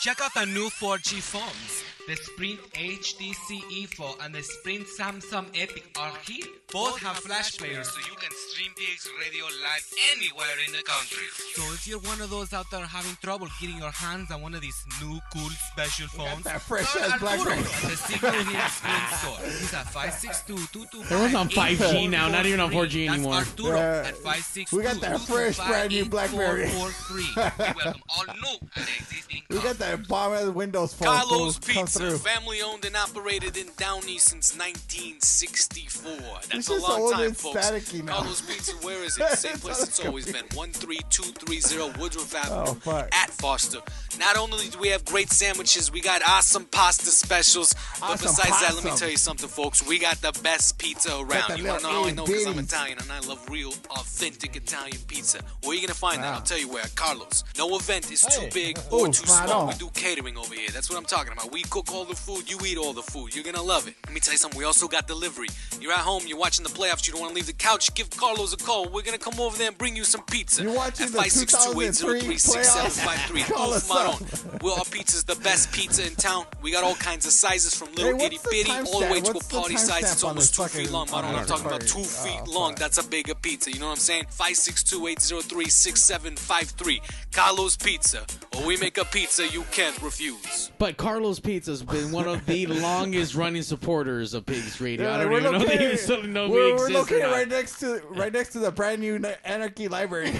[SPEAKER 11] Check out the new 4G phones. The Sprint HTC E4 E and the Sprint Samsung Epic are here. Both have flash players so you can stream PX Radio live anywhere in the country. So if you're one of those out there having trouble getting your hands on one of these new cool special phones,
[SPEAKER 9] that fresh
[SPEAKER 11] call
[SPEAKER 9] ass
[SPEAKER 11] Arturo
[SPEAKER 9] Blackberry.
[SPEAKER 11] at the Secret Hill Sprint Store. He's at 562
[SPEAKER 2] Everyone's on 5G now, not even on 4G anymore.
[SPEAKER 11] Arturo
[SPEAKER 9] Yeah.
[SPEAKER 11] at 562
[SPEAKER 9] We got that fresh, brand new Blackberry.
[SPEAKER 11] welcome all new and existing
[SPEAKER 9] We got that bomb ass Windows phone.
[SPEAKER 4] Carlos
[SPEAKER 9] fool. Come
[SPEAKER 4] Pizza,
[SPEAKER 9] through.
[SPEAKER 4] family owned and operated in Downey since 1964. That's
[SPEAKER 9] It's
[SPEAKER 4] a
[SPEAKER 9] just
[SPEAKER 4] long
[SPEAKER 9] old
[SPEAKER 4] time,
[SPEAKER 9] and
[SPEAKER 4] folks.
[SPEAKER 9] staticky now.
[SPEAKER 4] Carlos Pizza, where is it? Same
[SPEAKER 9] It's
[SPEAKER 4] place
[SPEAKER 9] on
[SPEAKER 4] it's
[SPEAKER 9] the
[SPEAKER 4] always been. 13230 Woodruff Avenue
[SPEAKER 9] Oh, fuck.
[SPEAKER 4] at Foster. Not only do we have great sandwiches, we got awesome pasta specials. but
[SPEAKER 9] Awesome
[SPEAKER 4] besides that, let me
[SPEAKER 9] pasta.
[SPEAKER 4] tell you something, folks. We got the best pizza around.
[SPEAKER 9] that
[SPEAKER 4] You want to know
[SPEAKER 9] little
[SPEAKER 4] how I know? Because I'm
[SPEAKER 9] itty-bitty.
[SPEAKER 4] Italian and I love real, authentic Italian pizza. Where you going to find that?
[SPEAKER 9] Wow.
[SPEAKER 4] I'll tell you where. Carlos. No event is too
[SPEAKER 10] Hey.
[SPEAKER 4] big or
[SPEAKER 9] Ooh,
[SPEAKER 4] too
[SPEAKER 9] right
[SPEAKER 4] small.
[SPEAKER 9] on.
[SPEAKER 4] We do catering over here. That's what I'm talking about. We cook all the food, you eat all the food. You're gonna love it. Let me tell you something. We also got delivery. You're at home, you're watching the playoffs, you don't want to leave the couch. Give Carlos a call. We're gonna come over there and bring you some pizza.
[SPEAKER 9] You're watching
[SPEAKER 4] at
[SPEAKER 9] the 2003
[SPEAKER 4] 562-803-6753.
[SPEAKER 9] playoffs? Call us
[SPEAKER 4] Oof, Maron. Well, our pizza's the best pizza in town. We got all kinds of sizes from little
[SPEAKER 9] what's
[SPEAKER 4] itty
[SPEAKER 9] the
[SPEAKER 4] bitty all the
[SPEAKER 9] timestamp?
[SPEAKER 4] way to
[SPEAKER 9] What's
[SPEAKER 4] a
[SPEAKER 9] the
[SPEAKER 4] party size.
[SPEAKER 9] timestamp
[SPEAKER 4] It's
[SPEAKER 9] on
[SPEAKER 4] almost
[SPEAKER 9] this
[SPEAKER 4] two feet
[SPEAKER 9] fucking-
[SPEAKER 4] long. Maron,
[SPEAKER 9] on
[SPEAKER 4] I'm
[SPEAKER 9] this
[SPEAKER 4] talking about two feet
[SPEAKER 9] fucking- oh,
[SPEAKER 4] long.
[SPEAKER 9] fuck.
[SPEAKER 4] That's a bigger pizza. You know what I'm saying? 562-803-6753. Carlos Pizza. Or we make a pizza you can't refuse.
[SPEAKER 2] But Carlos Pizza's been one of the longest running supporters of Pigs Radio.
[SPEAKER 9] Yeah,
[SPEAKER 2] I don't
[SPEAKER 9] we're
[SPEAKER 2] even know if
[SPEAKER 9] located-
[SPEAKER 2] they still know we
[SPEAKER 9] we're, we're
[SPEAKER 2] exist. or
[SPEAKER 9] located
[SPEAKER 2] not.
[SPEAKER 9] right next to right next to the brand new Na- Anarchy Library.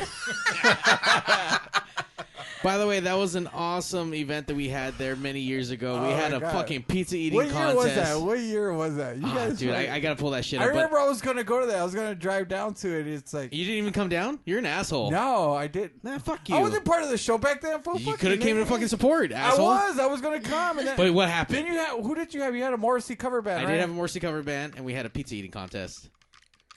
[SPEAKER 2] By the way, that was an awesome event that we had there many years ago. we
[SPEAKER 9] Oh
[SPEAKER 2] had
[SPEAKER 9] my
[SPEAKER 2] a
[SPEAKER 9] God.
[SPEAKER 2] fucking pizza eating
[SPEAKER 9] what year
[SPEAKER 2] contest.
[SPEAKER 9] was that? What year was that? You
[SPEAKER 2] Ah,
[SPEAKER 9] guys,
[SPEAKER 2] dude,
[SPEAKER 9] like-
[SPEAKER 2] I, I gotta pull that shit
[SPEAKER 9] I
[SPEAKER 2] up.
[SPEAKER 9] remember
[SPEAKER 2] But
[SPEAKER 9] I was gonna go to that. I was gonna drive down to it. It's like
[SPEAKER 2] you didn't even come down. You're an asshole.
[SPEAKER 9] no, I didn't.
[SPEAKER 2] Nah, fuck you.
[SPEAKER 9] I wasn't part of the show back then. fool.
[SPEAKER 2] you
[SPEAKER 9] Fuck
[SPEAKER 2] could have came to
[SPEAKER 9] nigga.
[SPEAKER 2] fucking support,
[SPEAKER 9] I
[SPEAKER 2] asshole.
[SPEAKER 9] was. I was gonna come. And then,
[SPEAKER 2] But what happened?
[SPEAKER 9] then you had who did you have? You had a Morrissey cover band.
[SPEAKER 2] I
[SPEAKER 9] right?
[SPEAKER 2] did have a Morrissey cover band, and we had a pizza eating contest.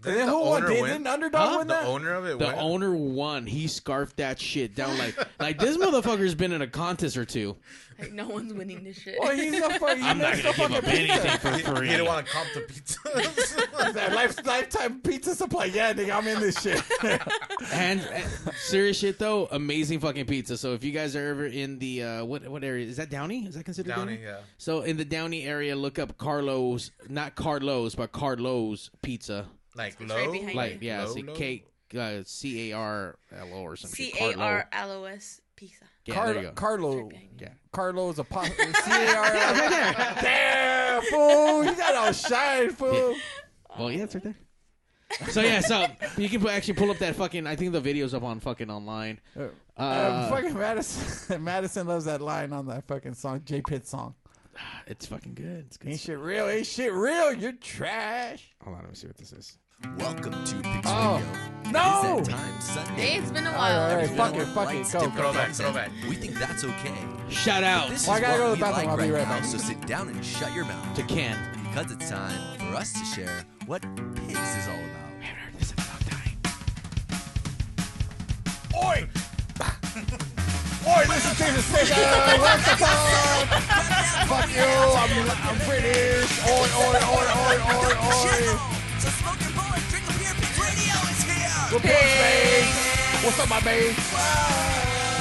[SPEAKER 2] And then
[SPEAKER 10] the
[SPEAKER 2] who won?
[SPEAKER 10] owner
[SPEAKER 2] Didn't
[SPEAKER 10] win?
[SPEAKER 2] Underdog
[SPEAKER 10] Huh?
[SPEAKER 2] win
[SPEAKER 10] The
[SPEAKER 2] that?
[SPEAKER 10] owner of it
[SPEAKER 2] The
[SPEAKER 10] won.
[SPEAKER 2] owner won. He scarfed that shit down like like this motherfucker's been in a contest or two.
[SPEAKER 3] Like no onene's winning this shit.
[SPEAKER 9] Well, he's a fucking.
[SPEAKER 2] I'm not gonna give up anything for free.
[SPEAKER 10] You didn't want to comp the pizza.
[SPEAKER 9] that life, lifetime pizza supply. Yeah, nigga, I'm in this shit.
[SPEAKER 2] and, and serious shit though, amazing fucking pizza. So if you guys are ever in the uh, what what area is that Downey? Is that considered
[SPEAKER 10] Downey,
[SPEAKER 2] Downey?
[SPEAKER 10] yeah.
[SPEAKER 2] So in the Downey area, look up Carlos, not Carlos, but Carlos Pizza.
[SPEAKER 10] Like
[SPEAKER 3] It's
[SPEAKER 10] low,
[SPEAKER 3] right behind
[SPEAKER 2] Like yeah,
[SPEAKER 10] Low,
[SPEAKER 2] it's
[SPEAKER 10] low?
[SPEAKER 2] like K uh, C A R L O or something.
[SPEAKER 3] C A R L O S pizza.
[SPEAKER 2] Yeah, there you
[SPEAKER 9] Car-
[SPEAKER 2] go.
[SPEAKER 9] Carlo.
[SPEAKER 2] Yeah.
[SPEAKER 9] Carlo's apostle. Damn, fool. You got all shine, fool.
[SPEAKER 2] Well, Oh, yeah, it's right there. So yeah, so you can pu- actually pull up that fucking. I think the video's up on fucking online.
[SPEAKER 9] Uh,
[SPEAKER 2] Uh,
[SPEAKER 9] fucking Madison. Madison loves that line on that fucking song, J Pitt song.
[SPEAKER 2] It's fucking good. It's good.
[SPEAKER 9] Ain't shit real. Ain't shit real. You're trash.
[SPEAKER 2] Hold on, let me see what this is.
[SPEAKER 12] Welcome to Pigs
[SPEAKER 9] Oh.
[SPEAKER 12] Radio.
[SPEAKER 9] No!
[SPEAKER 12] It's that time Sunday.
[SPEAKER 3] Hey, it's been a
[SPEAKER 9] All right, all
[SPEAKER 3] while.
[SPEAKER 9] right, fuck it, fuck it,
[SPEAKER 12] Lights,
[SPEAKER 9] go.
[SPEAKER 12] different
[SPEAKER 10] Throwback,
[SPEAKER 12] accent.
[SPEAKER 10] throwback.
[SPEAKER 12] We think that's okay.
[SPEAKER 2] Shout out
[SPEAKER 12] This
[SPEAKER 9] Well, I
[SPEAKER 12] is
[SPEAKER 9] gotta go
[SPEAKER 12] what
[SPEAKER 9] to the
[SPEAKER 12] we
[SPEAKER 9] bathroom.
[SPEAKER 12] like
[SPEAKER 9] I'll be
[SPEAKER 12] right,
[SPEAKER 9] right
[SPEAKER 12] now,
[SPEAKER 9] back.
[SPEAKER 12] so sit down and shut your mouth
[SPEAKER 2] to Ken.
[SPEAKER 12] because it's time for us to share what Pigs is all about.
[SPEAKER 9] Oi! Oi, this is Peter Station! What the fuck? fuck you! I'm, I'm British! Oi, oi, oi, oi, oi, oi! We're pigs, mates! What's up, my mates?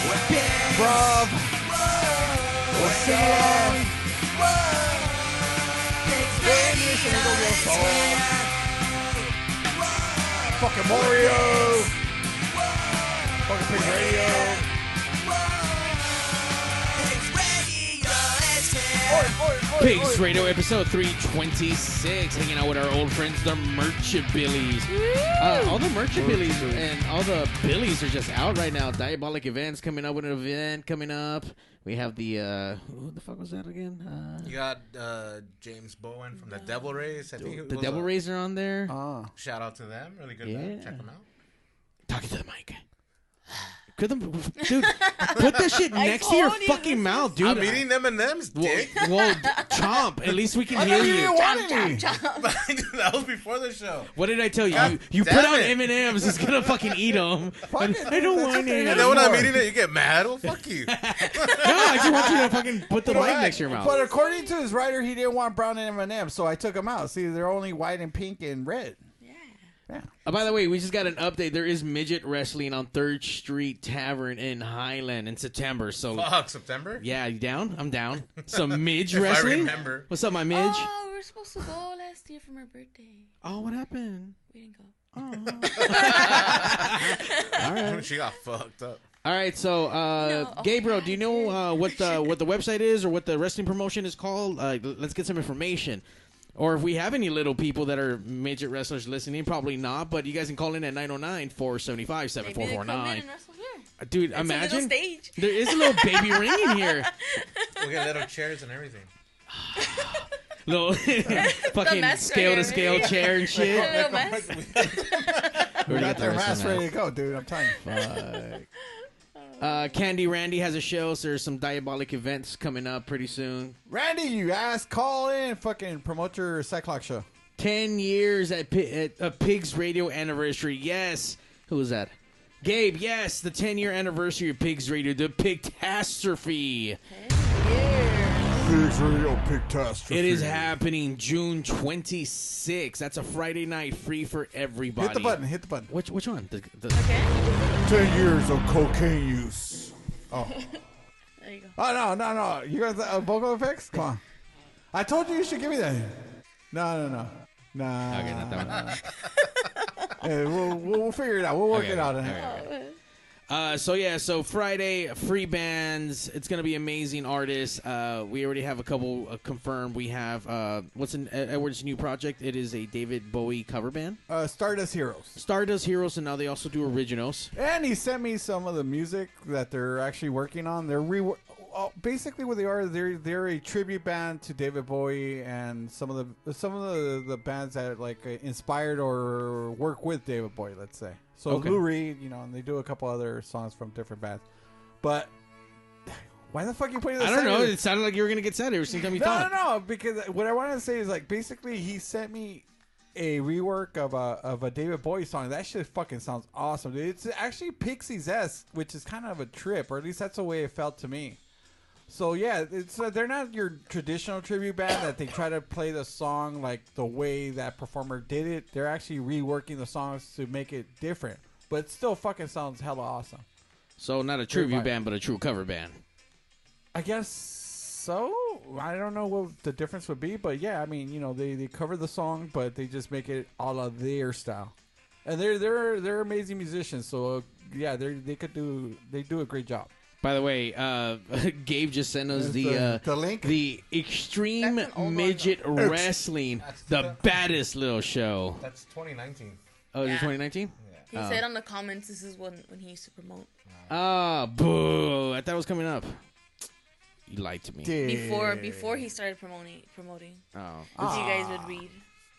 [SPEAKER 9] We're pigs! Bruv! What's up? Pigs, British! And we gonna go song. Fucking Mario! Fucking Pig Radio.
[SPEAKER 2] Pigs Radio episode 326, hanging out with our old friends, the Merchabillies. Uh, all the Merchabillies and all the Billies are just out right now. Diabolic Events coming up with an event coming up. We have the, uh, who the fuck was that again? Uh,
[SPEAKER 10] You got uh, James Bowen from the Devil Rays. I think it
[SPEAKER 2] the
[SPEAKER 10] was
[SPEAKER 2] Devil
[SPEAKER 10] a-
[SPEAKER 2] Rays are on there.
[SPEAKER 9] Ah.
[SPEAKER 10] Shout out to them. Really good.
[SPEAKER 2] Yeah.
[SPEAKER 10] band. Check them out.
[SPEAKER 2] Talking to the mic. Could the, dude, put that shit next to your
[SPEAKER 3] told you
[SPEAKER 2] fucking
[SPEAKER 3] this
[SPEAKER 2] mouth, dude.
[SPEAKER 10] I'm eating them and them's
[SPEAKER 2] Whoa,
[SPEAKER 10] dick.
[SPEAKER 2] whoa, chomp. At least we can hear you.
[SPEAKER 9] want any.
[SPEAKER 10] that was before the show.
[SPEAKER 2] What did I tell you?
[SPEAKER 10] God
[SPEAKER 2] you you put
[SPEAKER 10] damn
[SPEAKER 2] out
[SPEAKER 10] it.
[SPEAKER 2] M and M's. He's gonna fucking eat them.
[SPEAKER 9] it,
[SPEAKER 2] I, I don't
[SPEAKER 9] that's
[SPEAKER 2] want
[SPEAKER 9] what they
[SPEAKER 2] it.
[SPEAKER 9] do.
[SPEAKER 10] And then when I'm
[SPEAKER 9] More.
[SPEAKER 10] eating it, you get mad. Well, fuck you.
[SPEAKER 2] No, I just want you to fucking put the
[SPEAKER 10] Put it
[SPEAKER 2] mic
[SPEAKER 10] back.
[SPEAKER 2] next to your mouth.
[SPEAKER 9] But according to his writer, he didn't want brown and M&M, so I took him out. See, they're only white and pink and red.
[SPEAKER 2] Uh, by the way, we just got an update. There is midget wrestling on Third Street Tavern in Highland in September. So
[SPEAKER 10] Fuck September.
[SPEAKER 2] yeah, you down? I'm down. Some midge
[SPEAKER 10] If I
[SPEAKER 2] wrestling.
[SPEAKER 10] remember.
[SPEAKER 2] What's up, my midge? Oh,
[SPEAKER 3] Oh, we were supposed to go last year for my birthday.
[SPEAKER 2] what happened?
[SPEAKER 3] We didn't go.
[SPEAKER 10] she got fucked up.
[SPEAKER 2] All right, so uh,
[SPEAKER 3] No, oh,
[SPEAKER 2] Gabriel,
[SPEAKER 3] yeah,
[SPEAKER 2] do you know uh, what the what the website is or what the wrestling promotion is called? Uh, l- let's get some information. Or if we have any little people that are midget wrestlers listening, probably not, but you guys can call in at 909-475-7449.
[SPEAKER 3] Maybe they come in and wrestle here.
[SPEAKER 2] Uh, Dude,
[SPEAKER 3] It's a little
[SPEAKER 2] imagine
[SPEAKER 3] stage.
[SPEAKER 2] there is a little baby ring in here.
[SPEAKER 10] We got little chairs and everything.
[SPEAKER 2] Little fucking
[SPEAKER 3] mascot
[SPEAKER 2] scale to scale
[SPEAKER 3] area.
[SPEAKER 2] chair and
[SPEAKER 3] A
[SPEAKER 2] shit.
[SPEAKER 3] little mess.
[SPEAKER 2] We
[SPEAKER 9] Got their masks ready to go, dude. I'm telling you.
[SPEAKER 2] Uh, Candy Randy has a show, so there's some diabolic events coming up pretty soon.
[SPEAKER 9] Randy, you ass, call in, fucking promote your Cyclock show.
[SPEAKER 2] 10 years at, Pi- at a Pigs Radio anniversary. Yes. Who was that? Gabe, yes, the 10 year anniversary of Pigs Radio, the Pigtastrophe.
[SPEAKER 9] Pigs Radio Pigtastrophe.
[SPEAKER 2] It is happening June 26th. That's a Friday night, free for everybody.
[SPEAKER 9] Hit the button. Hit the button.
[SPEAKER 2] Which, which one? The, the,
[SPEAKER 9] Ten years of cocaine use.
[SPEAKER 3] There you go.
[SPEAKER 9] Oh no, no, no! You got the uh, vocal effects? Come on. I told you you should give me that. No, no, no. Nah.
[SPEAKER 2] Okay, not that one.
[SPEAKER 9] Hey, we'll, we'll, we'll figure it out. We'll work
[SPEAKER 2] Okay,
[SPEAKER 9] it out.
[SPEAKER 2] okay, Uh, so yeah, so Friday free bands. It's gonna be amazing artists. Uh, we already have a couple uh, confirmed. We have uh, what's in Ed- Edward's new project? It is a David Bowie cover band.
[SPEAKER 9] Uh, Stardust Heroes.
[SPEAKER 2] Star does heroes, and now they also do originals.
[SPEAKER 9] And he sent me some of the music that they're actually working on. They're re- oh, basically what they are. They're they're a tribute band to David Bowie and some of the some of the, the bands that like uh, inspired or work with David Bowie. Let's say so
[SPEAKER 2] Okay.
[SPEAKER 9] Lou Reed, you know, and they do a couple other songs from different bands. But why the fuck you putting? This
[SPEAKER 2] I don't know.
[SPEAKER 9] sentence?
[SPEAKER 2] It sounded like you were gonna get sad every single time you
[SPEAKER 9] No,
[SPEAKER 2] thought.
[SPEAKER 9] no, no. Because what I want to say is like basically he sent me a rework of a of a David Bowie song. That shit fucking sounds awesome, dude. It's actually Pixies esque, which is kind of a trip, or at least that's the way it felt to me. So yeah, it's uh, they're not your traditional tribute band that they try to play the song like the way that performer did it. They're actually reworking the songs to make it different, but it still fucking sounds hella awesome.
[SPEAKER 2] So not a tribute band, but a true cover band.
[SPEAKER 9] I guess so. I don't know what the difference would be, but yeah, I mean, you know, they, they cover the song, but they just make it all of their style. And they're they're they're amazing musicians, so uh, yeah, they they could do they do a great job.
[SPEAKER 2] By the way, uh, Gabe just sent us
[SPEAKER 9] There's
[SPEAKER 2] the
[SPEAKER 9] the-
[SPEAKER 2] uh,
[SPEAKER 9] the link.
[SPEAKER 2] the Extreme Midget
[SPEAKER 10] Oops.
[SPEAKER 2] Wrestling,
[SPEAKER 10] That's
[SPEAKER 2] the baddest little show.
[SPEAKER 10] That's 2019.
[SPEAKER 2] Oh, is
[SPEAKER 3] Yeah.
[SPEAKER 2] it 2019?
[SPEAKER 3] He said on the comments, this is when, when he used to promote.
[SPEAKER 2] Ah, boo! I thought it was coming up. You lied to me.
[SPEAKER 3] Before before he started promoting, promoting.
[SPEAKER 2] Oh.
[SPEAKER 3] Which you guys would read.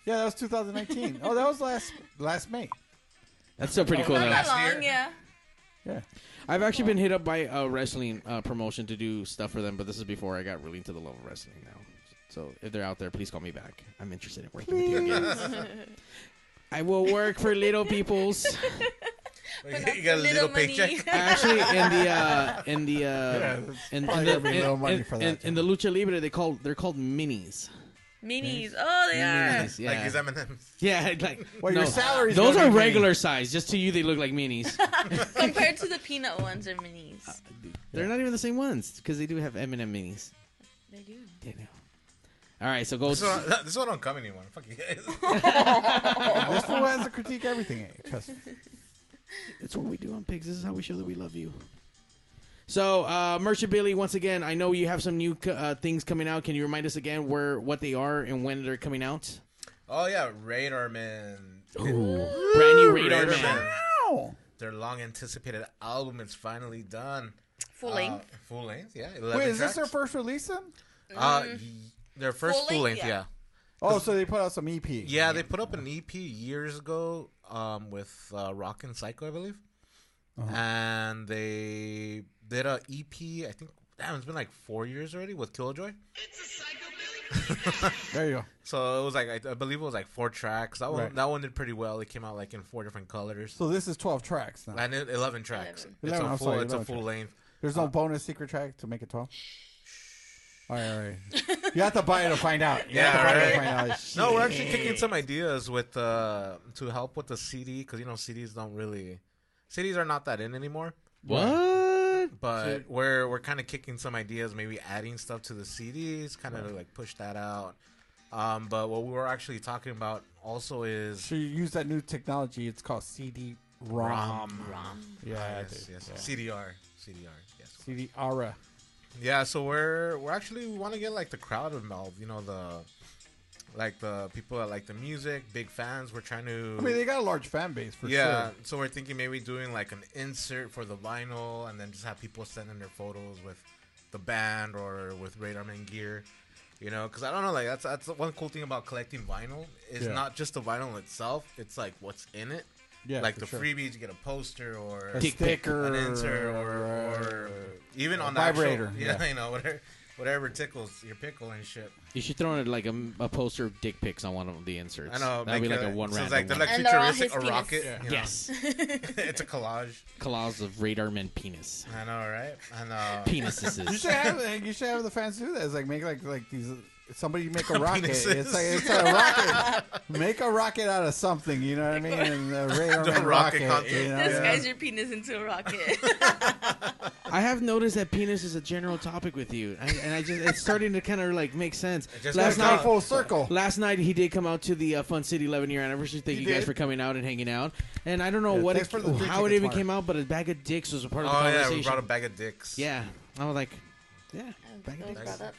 [SPEAKER 9] Yeah, that was 2019. oh, that was last last May.
[SPEAKER 2] That's still pretty
[SPEAKER 9] Oh,
[SPEAKER 2] cool,
[SPEAKER 9] not
[SPEAKER 2] though.
[SPEAKER 9] that
[SPEAKER 3] Long, yeah.
[SPEAKER 2] I've actually been hit up by a wrestling uh, promotion to do stuff for them, but this is before I got really into the love of wrestling now. So if they're out there, please call me back. I'm interested in working with you again. I will work for little peoples.
[SPEAKER 10] you got a little paycheck.
[SPEAKER 2] Actually, in the uh, in the uh,
[SPEAKER 10] Yeah,
[SPEAKER 2] in, in,
[SPEAKER 9] probably
[SPEAKER 2] the,
[SPEAKER 9] gonna be no
[SPEAKER 2] in-
[SPEAKER 9] money
[SPEAKER 2] in-
[SPEAKER 9] for
[SPEAKER 2] in- in the lucha libre, they call they're called minis.
[SPEAKER 3] Minis. Oh, they are.
[SPEAKER 2] Minis, yeah.
[SPEAKER 10] Like his M&Ms.
[SPEAKER 2] Yeah, like
[SPEAKER 10] Well, your salary's
[SPEAKER 2] Those
[SPEAKER 10] gonna
[SPEAKER 2] are
[SPEAKER 10] be
[SPEAKER 2] regular size. Just to you, they look like minis.
[SPEAKER 3] Compared to the peanut ones, they're minis.
[SPEAKER 2] They're not even the same ones because they do have M and M minis.
[SPEAKER 3] They do.
[SPEAKER 2] They do. All right, so go.
[SPEAKER 10] This one, this one don't come anymore. Fuck you guys.
[SPEAKER 9] this fool has to critique everything. eh? Trust me.
[SPEAKER 2] It's what we do on pigs. This is how we show that we love you. So, uh, Merchant Billy, once again, I know you have some new co- uh, things coming out. Can you remind us again where what they are and when they're coming out?
[SPEAKER 10] Oh yeah, Radar Man.
[SPEAKER 2] brand new Radar Man.
[SPEAKER 10] Their long anticipated album is finally done.
[SPEAKER 3] Full
[SPEAKER 10] Uh,
[SPEAKER 3] length?
[SPEAKER 10] full length, yeah.
[SPEAKER 9] Wait, is this
[SPEAKER 10] their
[SPEAKER 9] their first release? Then?
[SPEAKER 10] uh, y- their first full, length? yeah.
[SPEAKER 9] Oh, so they put out some EP.
[SPEAKER 10] Yeah, they put up an EP years ago um, with uh, Rock and Psycho, I believe, and they did a EP. I think damn, it's been like four years already with Killjoy.
[SPEAKER 9] there you go.
[SPEAKER 10] So it was like I, I believe it was like four tracks. That one
[SPEAKER 9] Right.
[SPEAKER 10] that one did pretty well. It came out like in four different colors.
[SPEAKER 9] So this is 12 tracks now.
[SPEAKER 10] and it, eleven tracks. It's
[SPEAKER 9] 11,
[SPEAKER 10] a
[SPEAKER 9] I'm
[SPEAKER 10] full.
[SPEAKER 9] sorry,
[SPEAKER 10] it's a
[SPEAKER 9] 11
[SPEAKER 10] full
[SPEAKER 9] tracks.
[SPEAKER 10] length. Uh,
[SPEAKER 9] There's no bonus secret track to make it 12? All right, all right. You have to buy it to find out. You have to buy it to
[SPEAKER 10] right.
[SPEAKER 9] find out.
[SPEAKER 10] No, we're
[SPEAKER 9] Shit.
[SPEAKER 10] actually taking some ideas with uh to help with the CD because you know CDs don't really CDs are not that in anymore.
[SPEAKER 2] What?
[SPEAKER 10] But we're we're kind of kicking some ideas, maybe adding stuff to the CDs, kind of like push that out. Um, but what we were actually talking about also is
[SPEAKER 9] So you use that new technology. It's called CD ROM. Yeah,
[SPEAKER 10] Ah,
[SPEAKER 9] dude,
[SPEAKER 10] yes, yes.
[SPEAKER 9] yeah.
[SPEAKER 10] CDR, CDR, yes.
[SPEAKER 9] CD ARA.
[SPEAKER 10] Yeah, so we're we're actually we want to get like the crowd involved. You know the like the people that like the music, big fans. We're trying to.
[SPEAKER 9] I mean, they got a large fan base for
[SPEAKER 10] yeah,
[SPEAKER 9] sure.
[SPEAKER 10] Um, so we're thinking maybe doing like an insert for the vinyl, and then just have people send in their photos with the band or with Radar Man gear. You know, because I don't know, like that's that's the one cool thing about collecting vinyl is
[SPEAKER 9] Yeah.
[SPEAKER 10] not just the vinyl itself; it's like what's in it.
[SPEAKER 9] Yeah,
[SPEAKER 10] like
[SPEAKER 9] for
[SPEAKER 10] the
[SPEAKER 9] sure.
[SPEAKER 10] freebies, you get a poster or
[SPEAKER 9] A Dick pic.
[SPEAKER 10] an insert, or, or even on the actual-
[SPEAKER 9] vibrator,
[SPEAKER 10] yeah,
[SPEAKER 9] yeah.
[SPEAKER 10] you know, whatever, whatever tickles your pickle and shit.
[SPEAKER 2] You should throw in like a, a poster of dick pics on one of the inserts.
[SPEAKER 10] I know.
[SPEAKER 2] that'd be
[SPEAKER 10] make
[SPEAKER 2] like a one
[SPEAKER 10] so
[SPEAKER 2] round.
[SPEAKER 10] it's like they're like
[SPEAKER 3] And they're all
[SPEAKER 10] futuristic, a
[SPEAKER 3] his penis.
[SPEAKER 10] rocket.
[SPEAKER 3] Yeah.
[SPEAKER 10] you know.
[SPEAKER 2] Yes.
[SPEAKER 10] it's a collage.
[SPEAKER 2] Collage of radar men penis.
[SPEAKER 10] I know, right? uh, I know.
[SPEAKER 2] Penises.
[SPEAKER 9] You should have like, you should have the fans do that. It's like make like like these somebody make a rocket. It's
[SPEAKER 10] Penises.
[SPEAKER 9] like it's a rocket. Make a rocket out of something. You know what I mean? And a radar
[SPEAKER 10] The rocket
[SPEAKER 9] man rocket.
[SPEAKER 10] concept.
[SPEAKER 9] you know?
[SPEAKER 3] This
[SPEAKER 9] yeah.
[SPEAKER 3] guy's your penis into a rocket.
[SPEAKER 2] I have noticed that penis is a general topic with you, I, and I just it's starting to kind of like make sense.
[SPEAKER 10] just
[SPEAKER 2] Last
[SPEAKER 10] goes
[SPEAKER 2] night,
[SPEAKER 9] Gone full circle.
[SPEAKER 2] Last night he did come out to the uh, Fun City 11 year anniversary. Thank
[SPEAKER 9] He
[SPEAKER 2] you guys
[SPEAKER 9] did.
[SPEAKER 2] for coming out and hanging out. And I don't know
[SPEAKER 9] Yeah,
[SPEAKER 2] what
[SPEAKER 9] thanks
[SPEAKER 2] it,
[SPEAKER 9] for the three
[SPEAKER 2] how it
[SPEAKER 9] tickets,
[SPEAKER 2] even
[SPEAKER 9] Mark.
[SPEAKER 2] came out, but a bag of dicks was a part of the
[SPEAKER 10] Oh yeah,
[SPEAKER 2] conversation.
[SPEAKER 10] we brought a bag of dicks.
[SPEAKER 2] yeah, I was like, yeah, bag of
[SPEAKER 3] Those
[SPEAKER 2] dicks.
[SPEAKER 3] products.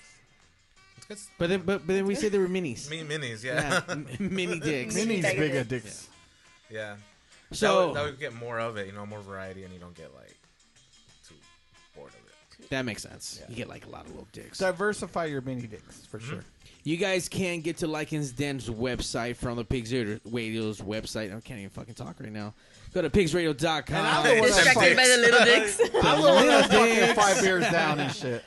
[SPEAKER 10] It's good.
[SPEAKER 2] But then, but, but then we said they were minis.
[SPEAKER 10] Mini minis,
[SPEAKER 2] yeah,
[SPEAKER 10] yeah, yeah.
[SPEAKER 2] m- mini dicks.
[SPEAKER 9] Minis
[SPEAKER 3] Bag of
[SPEAKER 9] bigger
[SPEAKER 3] dicks.
[SPEAKER 9] dicks.
[SPEAKER 10] that
[SPEAKER 2] So
[SPEAKER 10] would, that would get more of it, you know, more variety, and you don't get like too bored of it.
[SPEAKER 2] that makes sense. You get like a lot of little dicks.
[SPEAKER 9] Diversify your mini dicks for sure.
[SPEAKER 2] You guys can get to Lycan's Den's website from the Pigs Radio's website. I can't even fucking talk right now. Go
[SPEAKER 9] And
[SPEAKER 2] to
[SPEAKER 9] I'm
[SPEAKER 2] pigsradio.com.
[SPEAKER 9] the one that
[SPEAKER 3] Distracted by the little dicks.
[SPEAKER 9] I'm the one that's
[SPEAKER 2] Little
[SPEAKER 9] fucking
[SPEAKER 2] dicks.
[SPEAKER 9] five beers down and shit.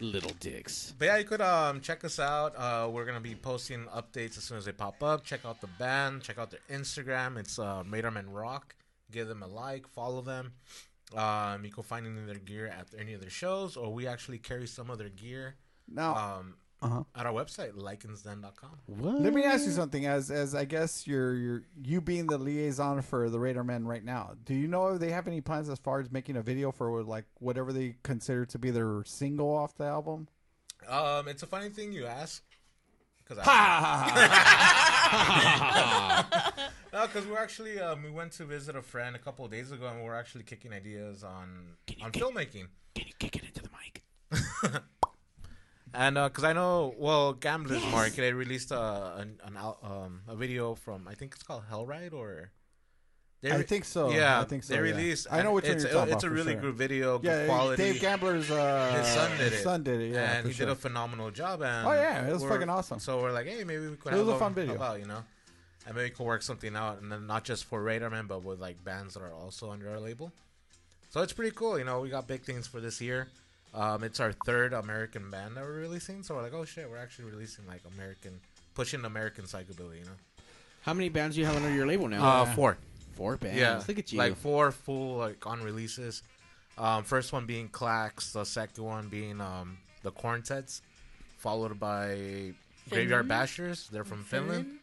[SPEAKER 2] Little dicks.
[SPEAKER 10] But yeah, you could um, check us out. Uh, we're gonna be posting updates as soon as they pop up. Check out the band. Check out their Instagram. It's uh, Radarman Rock. Give them a like. Follow them. Um, you can find any of their gear at any of their shows, or we actually carry some of their gear.
[SPEAKER 9] Now-
[SPEAKER 10] um,
[SPEAKER 9] Uh-huh.
[SPEAKER 10] at our website, lichensden.com.
[SPEAKER 9] Let me ask you something. As as I guess you're you're you being the liaison for the Radar Men right now. Do you know if they have any plans as far as making a video for like whatever they consider to be their single off the album?
[SPEAKER 10] Um, it's a funny thing you ask. Cause I no, because we're actually um, we went to visit a friend a couple of days ago, and we're actually kicking ideas on on filmmaking. Can you kick it into the mic? and because I know, well, Gamblers Market, I released a an, an al- um, a video from I think it's called Hell Ride or. they
[SPEAKER 9] I
[SPEAKER 10] re-
[SPEAKER 9] think so.
[SPEAKER 10] Yeah,
[SPEAKER 9] I think so.
[SPEAKER 10] They
[SPEAKER 9] yeah.
[SPEAKER 10] released.
[SPEAKER 9] I know
[SPEAKER 10] and
[SPEAKER 9] which one
[SPEAKER 10] it's,
[SPEAKER 9] you're talking
[SPEAKER 10] It's
[SPEAKER 9] about
[SPEAKER 10] a
[SPEAKER 9] for
[SPEAKER 10] really
[SPEAKER 9] sure.
[SPEAKER 10] good video, good
[SPEAKER 9] Yeah,
[SPEAKER 10] quality.
[SPEAKER 9] Dave Gambler's uh,
[SPEAKER 10] His son did it.
[SPEAKER 9] Son did it. Yeah,
[SPEAKER 10] and
[SPEAKER 9] for
[SPEAKER 10] he
[SPEAKER 9] sure.
[SPEAKER 10] did a phenomenal job. And
[SPEAKER 9] Oh, yeah, it was
[SPEAKER 10] we're-
[SPEAKER 9] fucking awesome.
[SPEAKER 10] So we're like, hey, maybe we could.
[SPEAKER 9] It
[SPEAKER 10] have
[SPEAKER 9] was a fun video.
[SPEAKER 10] About you know, and maybe we could work something out, and then not just for Radarman, but with like bands that are also under our label. So it's pretty cool. You know, we got big things for this year. Um, it's our third American band that we're releasing, so we're like, oh shit, we're actually releasing like American, pushing American psychobilly. You know.
[SPEAKER 2] How many bands do you have under your label now?
[SPEAKER 10] Uh, four.
[SPEAKER 2] Four bands.
[SPEAKER 10] Yeah,
[SPEAKER 2] Look at you.
[SPEAKER 10] Like four full like on releases. Um, first one being Clax, the second one being um, the Quartets, followed by Graveyard
[SPEAKER 11] Finland?
[SPEAKER 10] Bashers. They're from Finland.
[SPEAKER 11] Finland?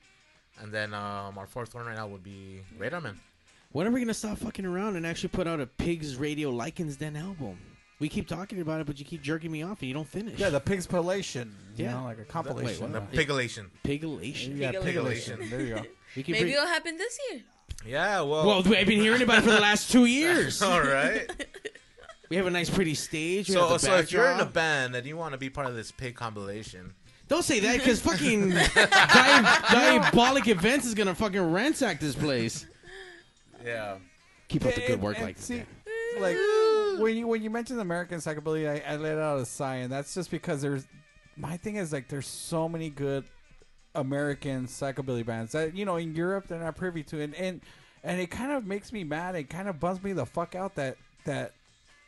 [SPEAKER 10] And then um, our fourth one right now would be Radarman.
[SPEAKER 2] when are we gonna stop fucking around and actually put out a Pigs Radio Lichens Den album? We keep talking about it, but you keep jerking me off and you don't finish.
[SPEAKER 9] Yeah, the Pigs Palation.
[SPEAKER 2] Yeah.
[SPEAKER 9] You know, like a compilation.
[SPEAKER 2] what?
[SPEAKER 10] The Pigilation.
[SPEAKER 2] Pigilation.
[SPEAKER 9] Yeah, Pigilation. Pigilation. There you go.
[SPEAKER 2] We keep
[SPEAKER 3] Maybe
[SPEAKER 2] bring-
[SPEAKER 3] it'll happen this year.
[SPEAKER 10] Yeah, well.
[SPEAKER 2] Well, I've been hearing about it for the last two years.
[SPEAKER 10] All right.
[SPEAKER 2] We have a nice, pretty stage. We have
[SPEAKER 10] So,
[SPEAKER 2] the
[SPEAKER 10] so if you're in a
[SPEAKER 2] backdrop.
[SPEAKER 10] band and you want to be part of this pig compilation,
[SPEAKER 2] Don't say that because fucking di- diabolic events is gonna fucking ransack this place.
[SPEAKER 10] yeah.
[SPEAKER 2] Keep up the good
[SPEAKER 9] And-
[SPEAKER 2] work,
[SPEAKER 9] and
[SPEAKER 2] like
[SPEAKER 9] see, like when you when you mentioned American psychobilly, I, I let out a sigh, and that's just because there's my thing is like there's so many good American psychobilly bands that you know in Europe they're not privy to, and and and it kind of makes me mad. It kind of bums me the fuck out that that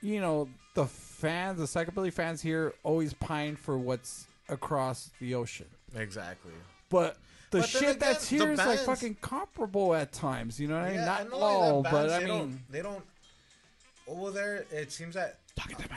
[SPEAKER 9] you know the fans, the psychobilly fans here, always pine for what's across the ocean,
[SPEAKER 10] exactly.
[SPEAKER 9] but. The
[SPEAKER 10] But then
[SPEAKER 9] shit that's
[SPEAKER 10] again, the
[SPEAKER 9] here is like
[SPEAKER 10] bands-
[SPEAKER 9] fucking comparable at times, you know what I mean?
[SPEAKER 10] and
[SPEAKER 9] Not
[SPEAKER 10] only that
[SPEAKER 9] all, but
[SPEAKER 10] bands,
[SPEAKER 9] I
[SPEAKER 10] they
[SPEAKER 9] mean,
[SPEAKER 10] don't, they don't. Over there, it seems that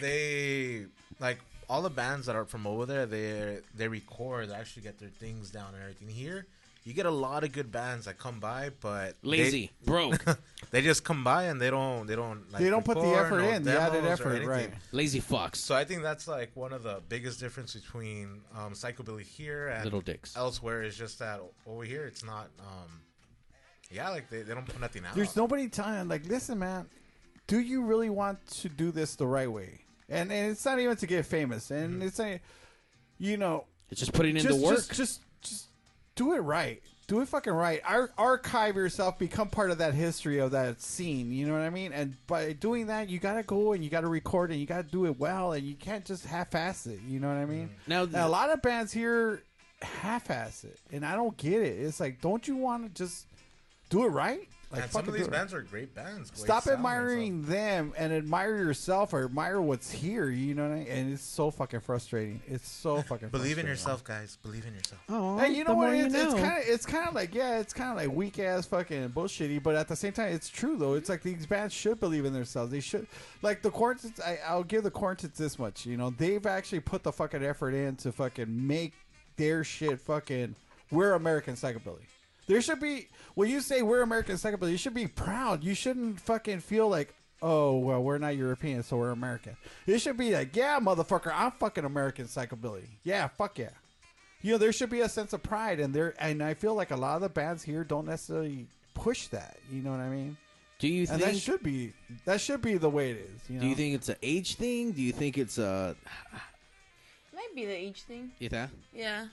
[SPEAKER 10] they like all the bands that are from over there. They they record, they actually get their things down and everything. Here, you get a lot of good bands that come by, but they-
[SPEAKER 2] Lazy, broke.
[SPEAKER 10] they just come by and they don't they don't like,
[SPEAKER 9] They don't put the
[SPEAKER 10] record,
[SPEAKER 9] effort
[SPEAKER 10] no
[SPEAKER 9] in, the added
[SPEAKER 10] demos or
[SPEAKER 9] effort,
[SPEAKER 10] anything.
[SPEAKER 9] right.
[SPEAKER 2] lazy fucks.
[SPEAKER 10] So I think that's like one of the biggest difference between um, psychobilly here and
[SPEAKER 2] Little dicks.
[SPEAKER 10] elsewhere is just that over here it's not. Um, yeah, like they, they don't put nothing out.
[SPEAKER 9] There's nobody telling like, listen, man, do you really want to do this the right way? And and it's not even to get famous, and
[SPEAKER 10] Mm-hmm.
[SPEAKER 9] it's not, you know,
[SPEAKER 2] It's just putting in the
[SPEAKER 9] just-
[SPEAKER 2] work.
[SPEAKER 9] Just, just just do it right. Do it fucking right. Ar- archive yourself. Become part of that history of that scene. You know what I mean? And by doing that, you gotta go and you gotta record and you gotta do it well, and you can't just half-ass it. You know what I mean?
[SPEAKER 2] Mm. Now-
[SPEAKER 9] And a lot of bands here half-ass it, and I don't get it. It's like, don't you want to just do it right? Like
[SPEAKER 10] and some
[SPEAKER 9] fucking
[SPEAKER 10] of
[SPEAKER 9] do
[SPEAKER 10] these
[SPEAKER 9] it right.
[SPEAKER 10] bands are great bands. great
[SPEAKER 9] Stop
[SPEAKER 10] sound and
[SPEAKER 9] admiring them and admire yourself or admire what's here. You know what I mean? And it's so fucking frustrating. It's so
[SPEAKER 10] stuff.
[SPEAKER 9] fucking.
[SPEAKER 10] Believe in
[SPEAKER 9] frustrating.
[SPEAKER 10] yourself, guys. Believe in yourself.
[SPEAKER 2] Oh,
[SPEAKER 9] Hey, you know
[SPEAKER 2] the
[SPEAKER 9] what?
[SPEAKER 2] more you
[SPEAKER 9] It's, it's
[SPEAKER 2] know.
[SPEAKER 9] kind of it's kind of like yeah, it's kind of like weak ass fucking bullshitty. But at the same time, it's true though. It's like these bands should believe in themselves. They should like the quarantines. I, I'll give the quarantines this much. You know, they've actually put the fucking effort in to fucking make their shit fucking. We're American psychobilly. There should be when you say we're American psychobilly, you should be proud. You shouldn't fucking feel like. Oh well, we're not European, so we're American. It should be like, yeah, motherfucker, I'm fucking American psychobilly. Yeah, fuck yeah you know there should be a sense of pride and there and i feel like a lot of the bands here don't necessarily push that you know what i mean
[SPEAKER 2] do you
[SPEAKER 9] and
[SPEAKER 2] think?
[SPEAKER 9] that should be that should be the way it is you know
[SPEAKER 2] do you think it's an age thing? Do you think it's a?
[SPEAKER 3] Might be the age thing.
[SPEAKER 2] You think?
[SPEAKER 3] Yeah.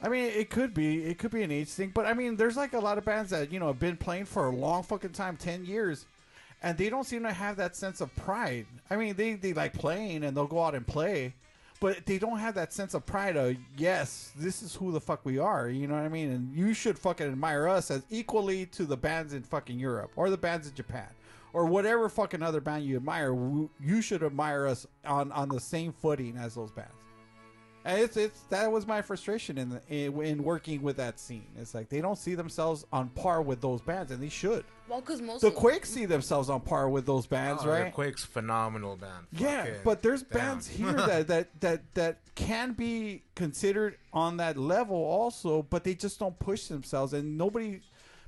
[SPEAKER 9] i mean it could be it could be an age thing but i mean there's like a lot of bands that you know have been playing for a long fucking time 10 years and they don't seem to have that sense of pride i mean they they like playing and they'll go out and play but they don't have that sense of pride of yes this is who the fuck we are you know what i mean and you should fucking admire us as equally to the bands in fucking europe or the bands in japan or whatever fucking other band you admire, w- you should admire us on on the same footing as those bands. And it's it's that was my frustration in, the, in in working with that scene. It's like they don't see themselves on par with those bands, and they should.
[SPEAKER 3] Well, because most
[SPEAKER 9] The
[SPEAKER 3] of-
[SPEAKER 9] Quakes see themselves on par with those bands,
[SPEAKER 10] Oh, the
[SPEAKER 9] right?
[SPEAKER 10] Quake's phenomenal band.
[SPEAKER 9] Yeah,
[SPEAKER 10] Fucking
[SPEAKER 9] but there's
[SPEAKER 10] damn.
[SPEAKER 9] bands here that, that that that can be considered on that level also, but they just don't push themselves, and nobody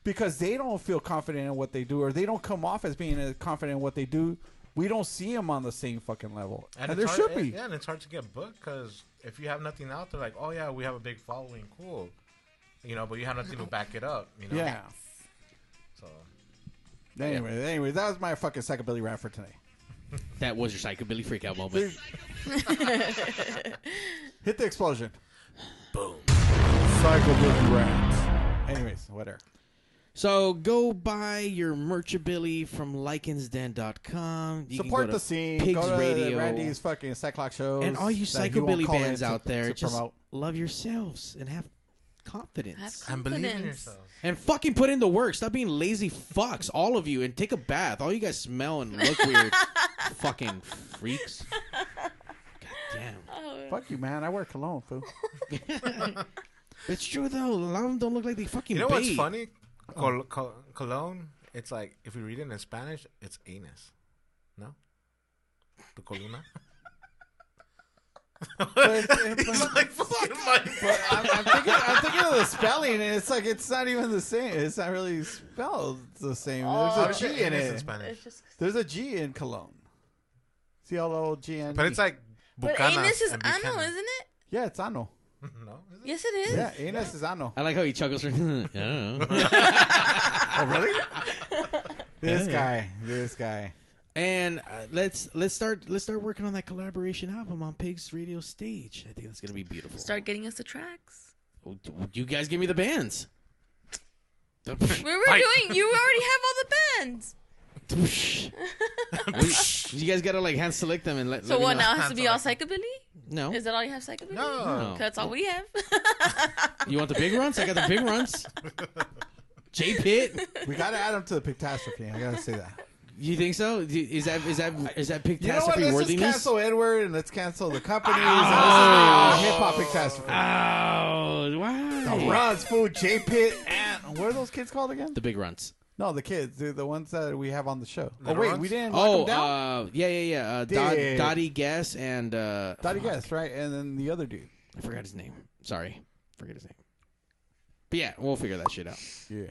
[SPEAKER 9] because they don't feel confident in what they do, or they don't come off as being as confident in what they do. We don't see them on the same fucking level, and,
[SPEAKER 10] it's
[SPEAKER 9] there
[SPEAKER 10] hard-
[SPEAKER 9] should be.
[SPEAKER 10] Yeah, and it's hard to get booked because if you have nothing out there, like, oh yeah, we have a big following, cool, you know, but you have nothing to back it up, you know.
[SPEAKER 9] Yeah.
[SPEAKER 10] So
[SPEAKER 9] Anyway, anyway, that was my fucking psychobilly rant for today.
[SPEAKER 2] That was your psychobilly freakout moment.
[SPEAKER 9] Hit the explosion. Boom. Psychobilly rant. Anyways, whatever.
[SPEAKER 2] So go buy your merchabilly from lichensden.com. You can
[SPEAKER 9] Support
[SPEAKER 2] go
[SPEAKER 9] the
[SPEAKER 2] to
[SPEAKER 9] scene.
[SPEAKER 2] Pigs
[SPEAKER 9] go to
[SPEAKER 2] Radio.
[SPEAKER 9] Randy's fucking Cyclock shows.
[SPEAKER 2] and all you
[SPEAKER 9] that he won't
[SPEAKER 2] psychobilly
[SPEAKER 9] call in
[SPEAKER 2] bands
[SPEAKER 9] to-
[SPEAKER 2] out there,
[SPEAKER 9] to
[SPEAKER 2] just
[SPEAKER 9] promote.
[SPEAKER 2] love yourselves and have confidence.
[SPEAKER 10] I'm believing in
[SPEAKER 3] confidence.
[SPEAKER 10] yourself.
[SPEAKER 2] And fucking put in the work. Stop being lazy fucks, all of you, and take a bath. All you guys smell and look weird. fucking freaks.
[SPEAKER 9] Fuck you, man. I wear cologne, fool.
[SPEAKER 2] It's true though. A lot of them don't look like they fucking.
[SPEAKER 10] You know what's
[SPEAKER 2] bathe.
[SPEAKER 10] Oh, funny? Col- col- cologne. It's like if we read it in Spanish, it's anus. No. The coluna.
[SPEAKER 9] He's like,
[SPEAKER 10] fucking
[SPEAKER 9] I'm, I'm thinking, I'm thinking of the spelling, and it's like it's not even the same. It's not really spelled the same.
[SPEAKER 10] Oh, it's
[SPEAKER 9] There's a G in
[SPEAKER 10] anus in
[SPEAKER 9] it.
[SPEAKER 10] Spanish.
[SPEAKER 3] It's just-
[SPEAKER 9] There's a G in cologne. C L O G N. E.
[SPEAKER 10] But it's like
[SPEAKER 3] But anus is ano, isn't it?
[SPEAKER 9] Yeah, it's ano.
[SPEAKER 10] no.
[SPEAKER 3] Yes, it is.
[SPEAKER 9] Yeah, anus is ano.
[SPEAKER 2] I like how he chuckles. I don't know.
[SPEAKER 9] Oh, really? This
[SPEAKER 2] Yeah.
[SPEAKER 9] guy. This guy.
[SPEAKER 2] And uh, let's let's start let's start working on that collaboration album on Pigs Radio Stage. I think that's gonna be beautiful.
[SPEAKER 3] Start getting us the tracks.
[SPEAKER 2] Oh, d- You guys give me the bands.
[SPEAKER 3] We were doing. You already have all the bands.
[SPEAKER 2] We- you guys gotta like hand select them and let.
[SPEAKER 3] So
[SPEAKER 2] let me
[SPEAKER 3] what
[SPEAKER 2] know.
[SPEAKER 3] now has to be all psychobilly?
[SPEAKER 2] No.
[SPEAKER 3] Is that all you have psychobilly?
[SPEAKER 2] No.
[SPEAKER 3] That's all we have.
[SPEAKER 2] You want the big runs? I got the big runs. J Pitt.
[SPEAKER 9] We gotta add him to the catastrophe. I gotta say that.
[SPEAKER 2] You think so? Do- Is that is that is that pig
[SPEAKER 9] You know what?
[SPEAKER 2] catastrophe
[SPEAKER 9] Let's just
[SPEAKER 2] worthiness?
[SPEAKER 9] cancel Edward and let's cancel the companies.
[SPEAKER 2] Ow.
[SPEAKER 9] Hip hop catastrophe.
[SPEAKER 2] Oh, why?
[SPEAKER 9] The Runs, Food, J Pit, and what are those kids called again?
[SPEAKER 2] The big runs.
[SPEAKER 9] No, the kids, the, the ones that we have on the show. oh wait, we didn't. Lock
[SPEAKER 2] Oh,
[SPEAKER 9] them down?
[SPEAKER 2] uh, yeah, yeah, yeah. Uh, Dod-
[SPEAKER 9] Did-
[SPEAKER 2] Dottie Guess and uh,
[SPEAKER 9] Dottie Guest, right? And then the other dude.
[SPEAKER 2] I forgot his name. Sorry, forget his name. But yeah, we'll figure that shit out.
[SPEAKER 9] Yeah.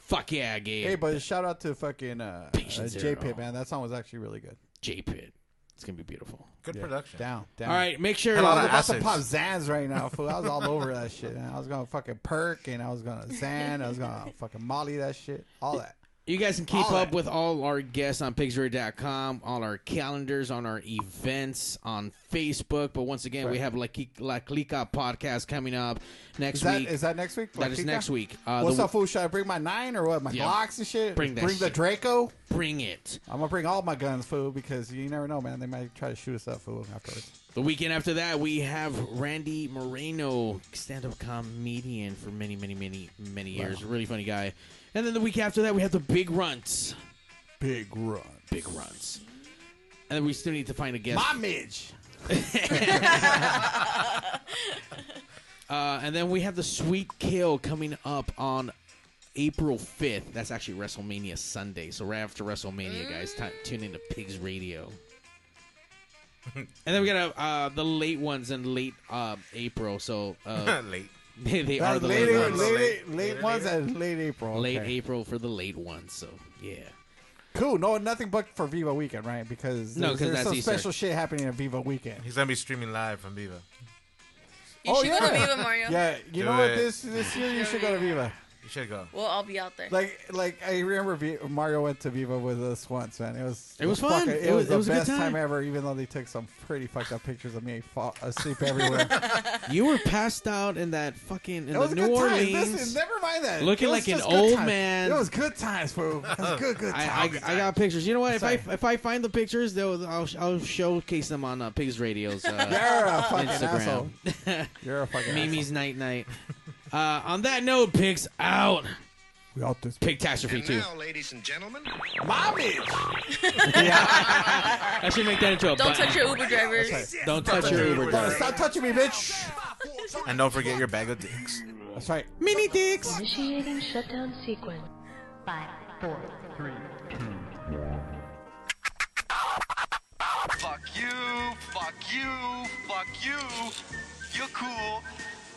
[SPEAKER 2] Fuck yeah, Gabe.
[SPEAKER 9] Hey, but shout out to fucking uh, uh,
[SPEAKER 2] Patient
[SPEAKER 9] J
[SPEAKER 2] Zero.
[SPEAKER 9] Pit, man. That song was actually really good.
[SPEAKER 2] J Pit. It's gonna be beautiful.
[SPEAKER 10] Good production.
[SPEAKER 9] Down, down.
[SPEAKER 2] All right, make sure.
[SPEAKER 9] I was about to pop Zans right now, fool. I was all over that shit. Man. I was gonna fucking perk, and I was gonna Zan, I was gonna fucking Molly that shit, all that.
[SPEAKER 2] You guys can keep
[SPEAKER 9] All
[SPEAKER 2] up
[SPEAKER 9] that.
[SPEAKER 2] with all our guests on pigsray.com, on our calendars, on our events, on Facebook. But once again, we have La, Qui- La Clica podcast coming up next
[SPEAKER 9] Is that
[SPEAKER 2] week.
[SPEAKER 9] is that next week?
[SPEAKER 2] That is
[SPEAKER 9] Lakika?
[SPEAKER 2] next week. Uh,
[SPEAKER 9] What's
[SPEAKER 2] the-
[SPEAKER 9] up, fool? Should I bring my nine or what? My
[SPEAKER 2] Yeah.
[SPEAKER 9] Glocks and shit.
[SPEAKER 2] Bring that
[SPEAKER 9] Bring the
[SPEAKER 2] shit.
[SPEAKER 9] Draco.
[SPEAKER 2] Bring it.
[SPEAKER 9] I'm gonna bring all my guns, fool, because you never know, man. They might try to shoot us up, fool, afterwards.
[SPEAKER 2] The weekend after that, we have Randy Moreno, stand up comedian for many, many, many, many years. Really funny guy. And then the week after that, we have the Big Runts.
[SPEAKER 9] Big run.
[SPEAKER 2] Big Runts. And then we still need to find a guest.
[SPEAKER 9] My midge.
[SPEAKER 2] Uh, and then we have the Sweet Kill coming up on April 5th. That's actually WrestleMania Sunday. So right after WrestleMania, guys, t- tune into Pigs Radio. and then we got uh, uh, the late ones in late uh, April. So uh,
[SPEAKER 10] Late.
[SPEAKER 2] They, they
[SPEAKER 9] That
[SPEAKER 2] are the
[SPEAKER 9] late,
[SPEAKER 2] late,
[SPEAKER 9] late,
[SPEAKER 2] ones.
[SPEAKER 9] late,
[SPEAKER 10] Late
[SPEAKER 9] ones
[SPEAKER 10] April.
[SPEAKER 9] and late April.
[SPEAKER 2] Late
[SPEAKER 9] okay.
[SPEAKER 2] April for the late ones. So yeah.
[SPEAKER 9] Cool. No, nothing booked for Viva Weekend, right? Because
[SPEAKER 2] No,
[SPEAKER 9] there's,
[SPEAKER 2] 'cause
[SPEAKER 9] there's
[SPEAKER 2] that's
[SPEAKER 9] some
[SPEAKER 2] Easter.
[SPEAKER 9] special shit happening at Viva Weekend.
[SPEAKER 10] He's gonna be streaming live from Viva.
[SPEAKER 3] You should go to Viva Mario.
[SPEAKER 9] Yeah, you
[SPEAKER 10] Do
[SPEAKER 9] know what?
[SPEAKER 10] it.
[SPEAKER 9] This this year you should go to Viva.
[SPEAKER 10] You should go.
[SPEAKER 3] Well, I'll be out there.
[SPEAKER 9] Like like I remember V- Mario went to Viva with us once, man. It was
[SPEAKER 2] It was
[SPEAKER 9] fucking-
[SPEAKER 2] fun.
[SPEAKER 9] it,
[SPEAKER 2] It
[SPEAKER 9] was,
[SPEAKER 2] was-
[SPEAKER 9] the
[SPEAKER 2] it was a good
[SPEAKER 9] best time.
[SPEAKER 2] time.
[SPEAKER 9] ever. Even though they took some pretty fucked up pictures of me fall, asleep everywhere.
[SPEAKER 2] You were passed out in that fucking in
[SPEAKER 9] it was
[SPEAKER 2] the
[SPEAKER 9] a
[SPEAKER 2] New
[SPEAKER 9] good
[SPEAKER 2] Orleans.
[SPEAKER 9] time. This is, never mind that.
[SPEAKER 2] Looking
[SPEAKER 9] It was
[SPEAKER 2] like an
[SPEAKER 9] just good
[SPEAKER 2] old
[SPEAKER 9] times.
[SPEAKER 2] man.
[SPEAKER 9] It was good times, bro. It was good good
[SPEAKER 2] I, I,
[SPEAKER 9] times.
[SPEAKER 2] I got pictures. You know what? If I
[SPEAKER 9] Sorry.
[SPEAKER 2] if I find the pictures, they'll I'll, I'll showcase them on uh, Pigs Radio's uh,
[SPEAKER 9] You're a fucking
[SPEAKER 2] Instagram.
[SPEAKER 9] asshole. You're a fucking
[SPEAKER 2] Mimi's night night. Uh, on that note, Pigs out.
[SPEAKER 13] We out this
[SPEAKER 2] Pigtastrophe
[SPEAKER 9] and
[SPEAKER 2] too.
[SPEAKER 9] now, ladies and gentlemen,
[SPEAKER 2] I should make that into a.
[SPEAKER 14] Don't
[SPEAKER 2] button.
[SPEAKER 14] touch your Uber driver. That's right.
[SPEAKER 2] Don't touch your Uber driver.
[SPEAKER 13] Stop touching me, bitch.
[SPEAKER 10] And don't forget your bag of dicks.
[SPEAKER 13] That's right.
[SPEAKER 2] Mini dicks.
[SPEAKER 15] Initiating shutdown sequence. Five, four, three.
[SPEAKER 9] fuck you, fuck you, fuck you. You're cool.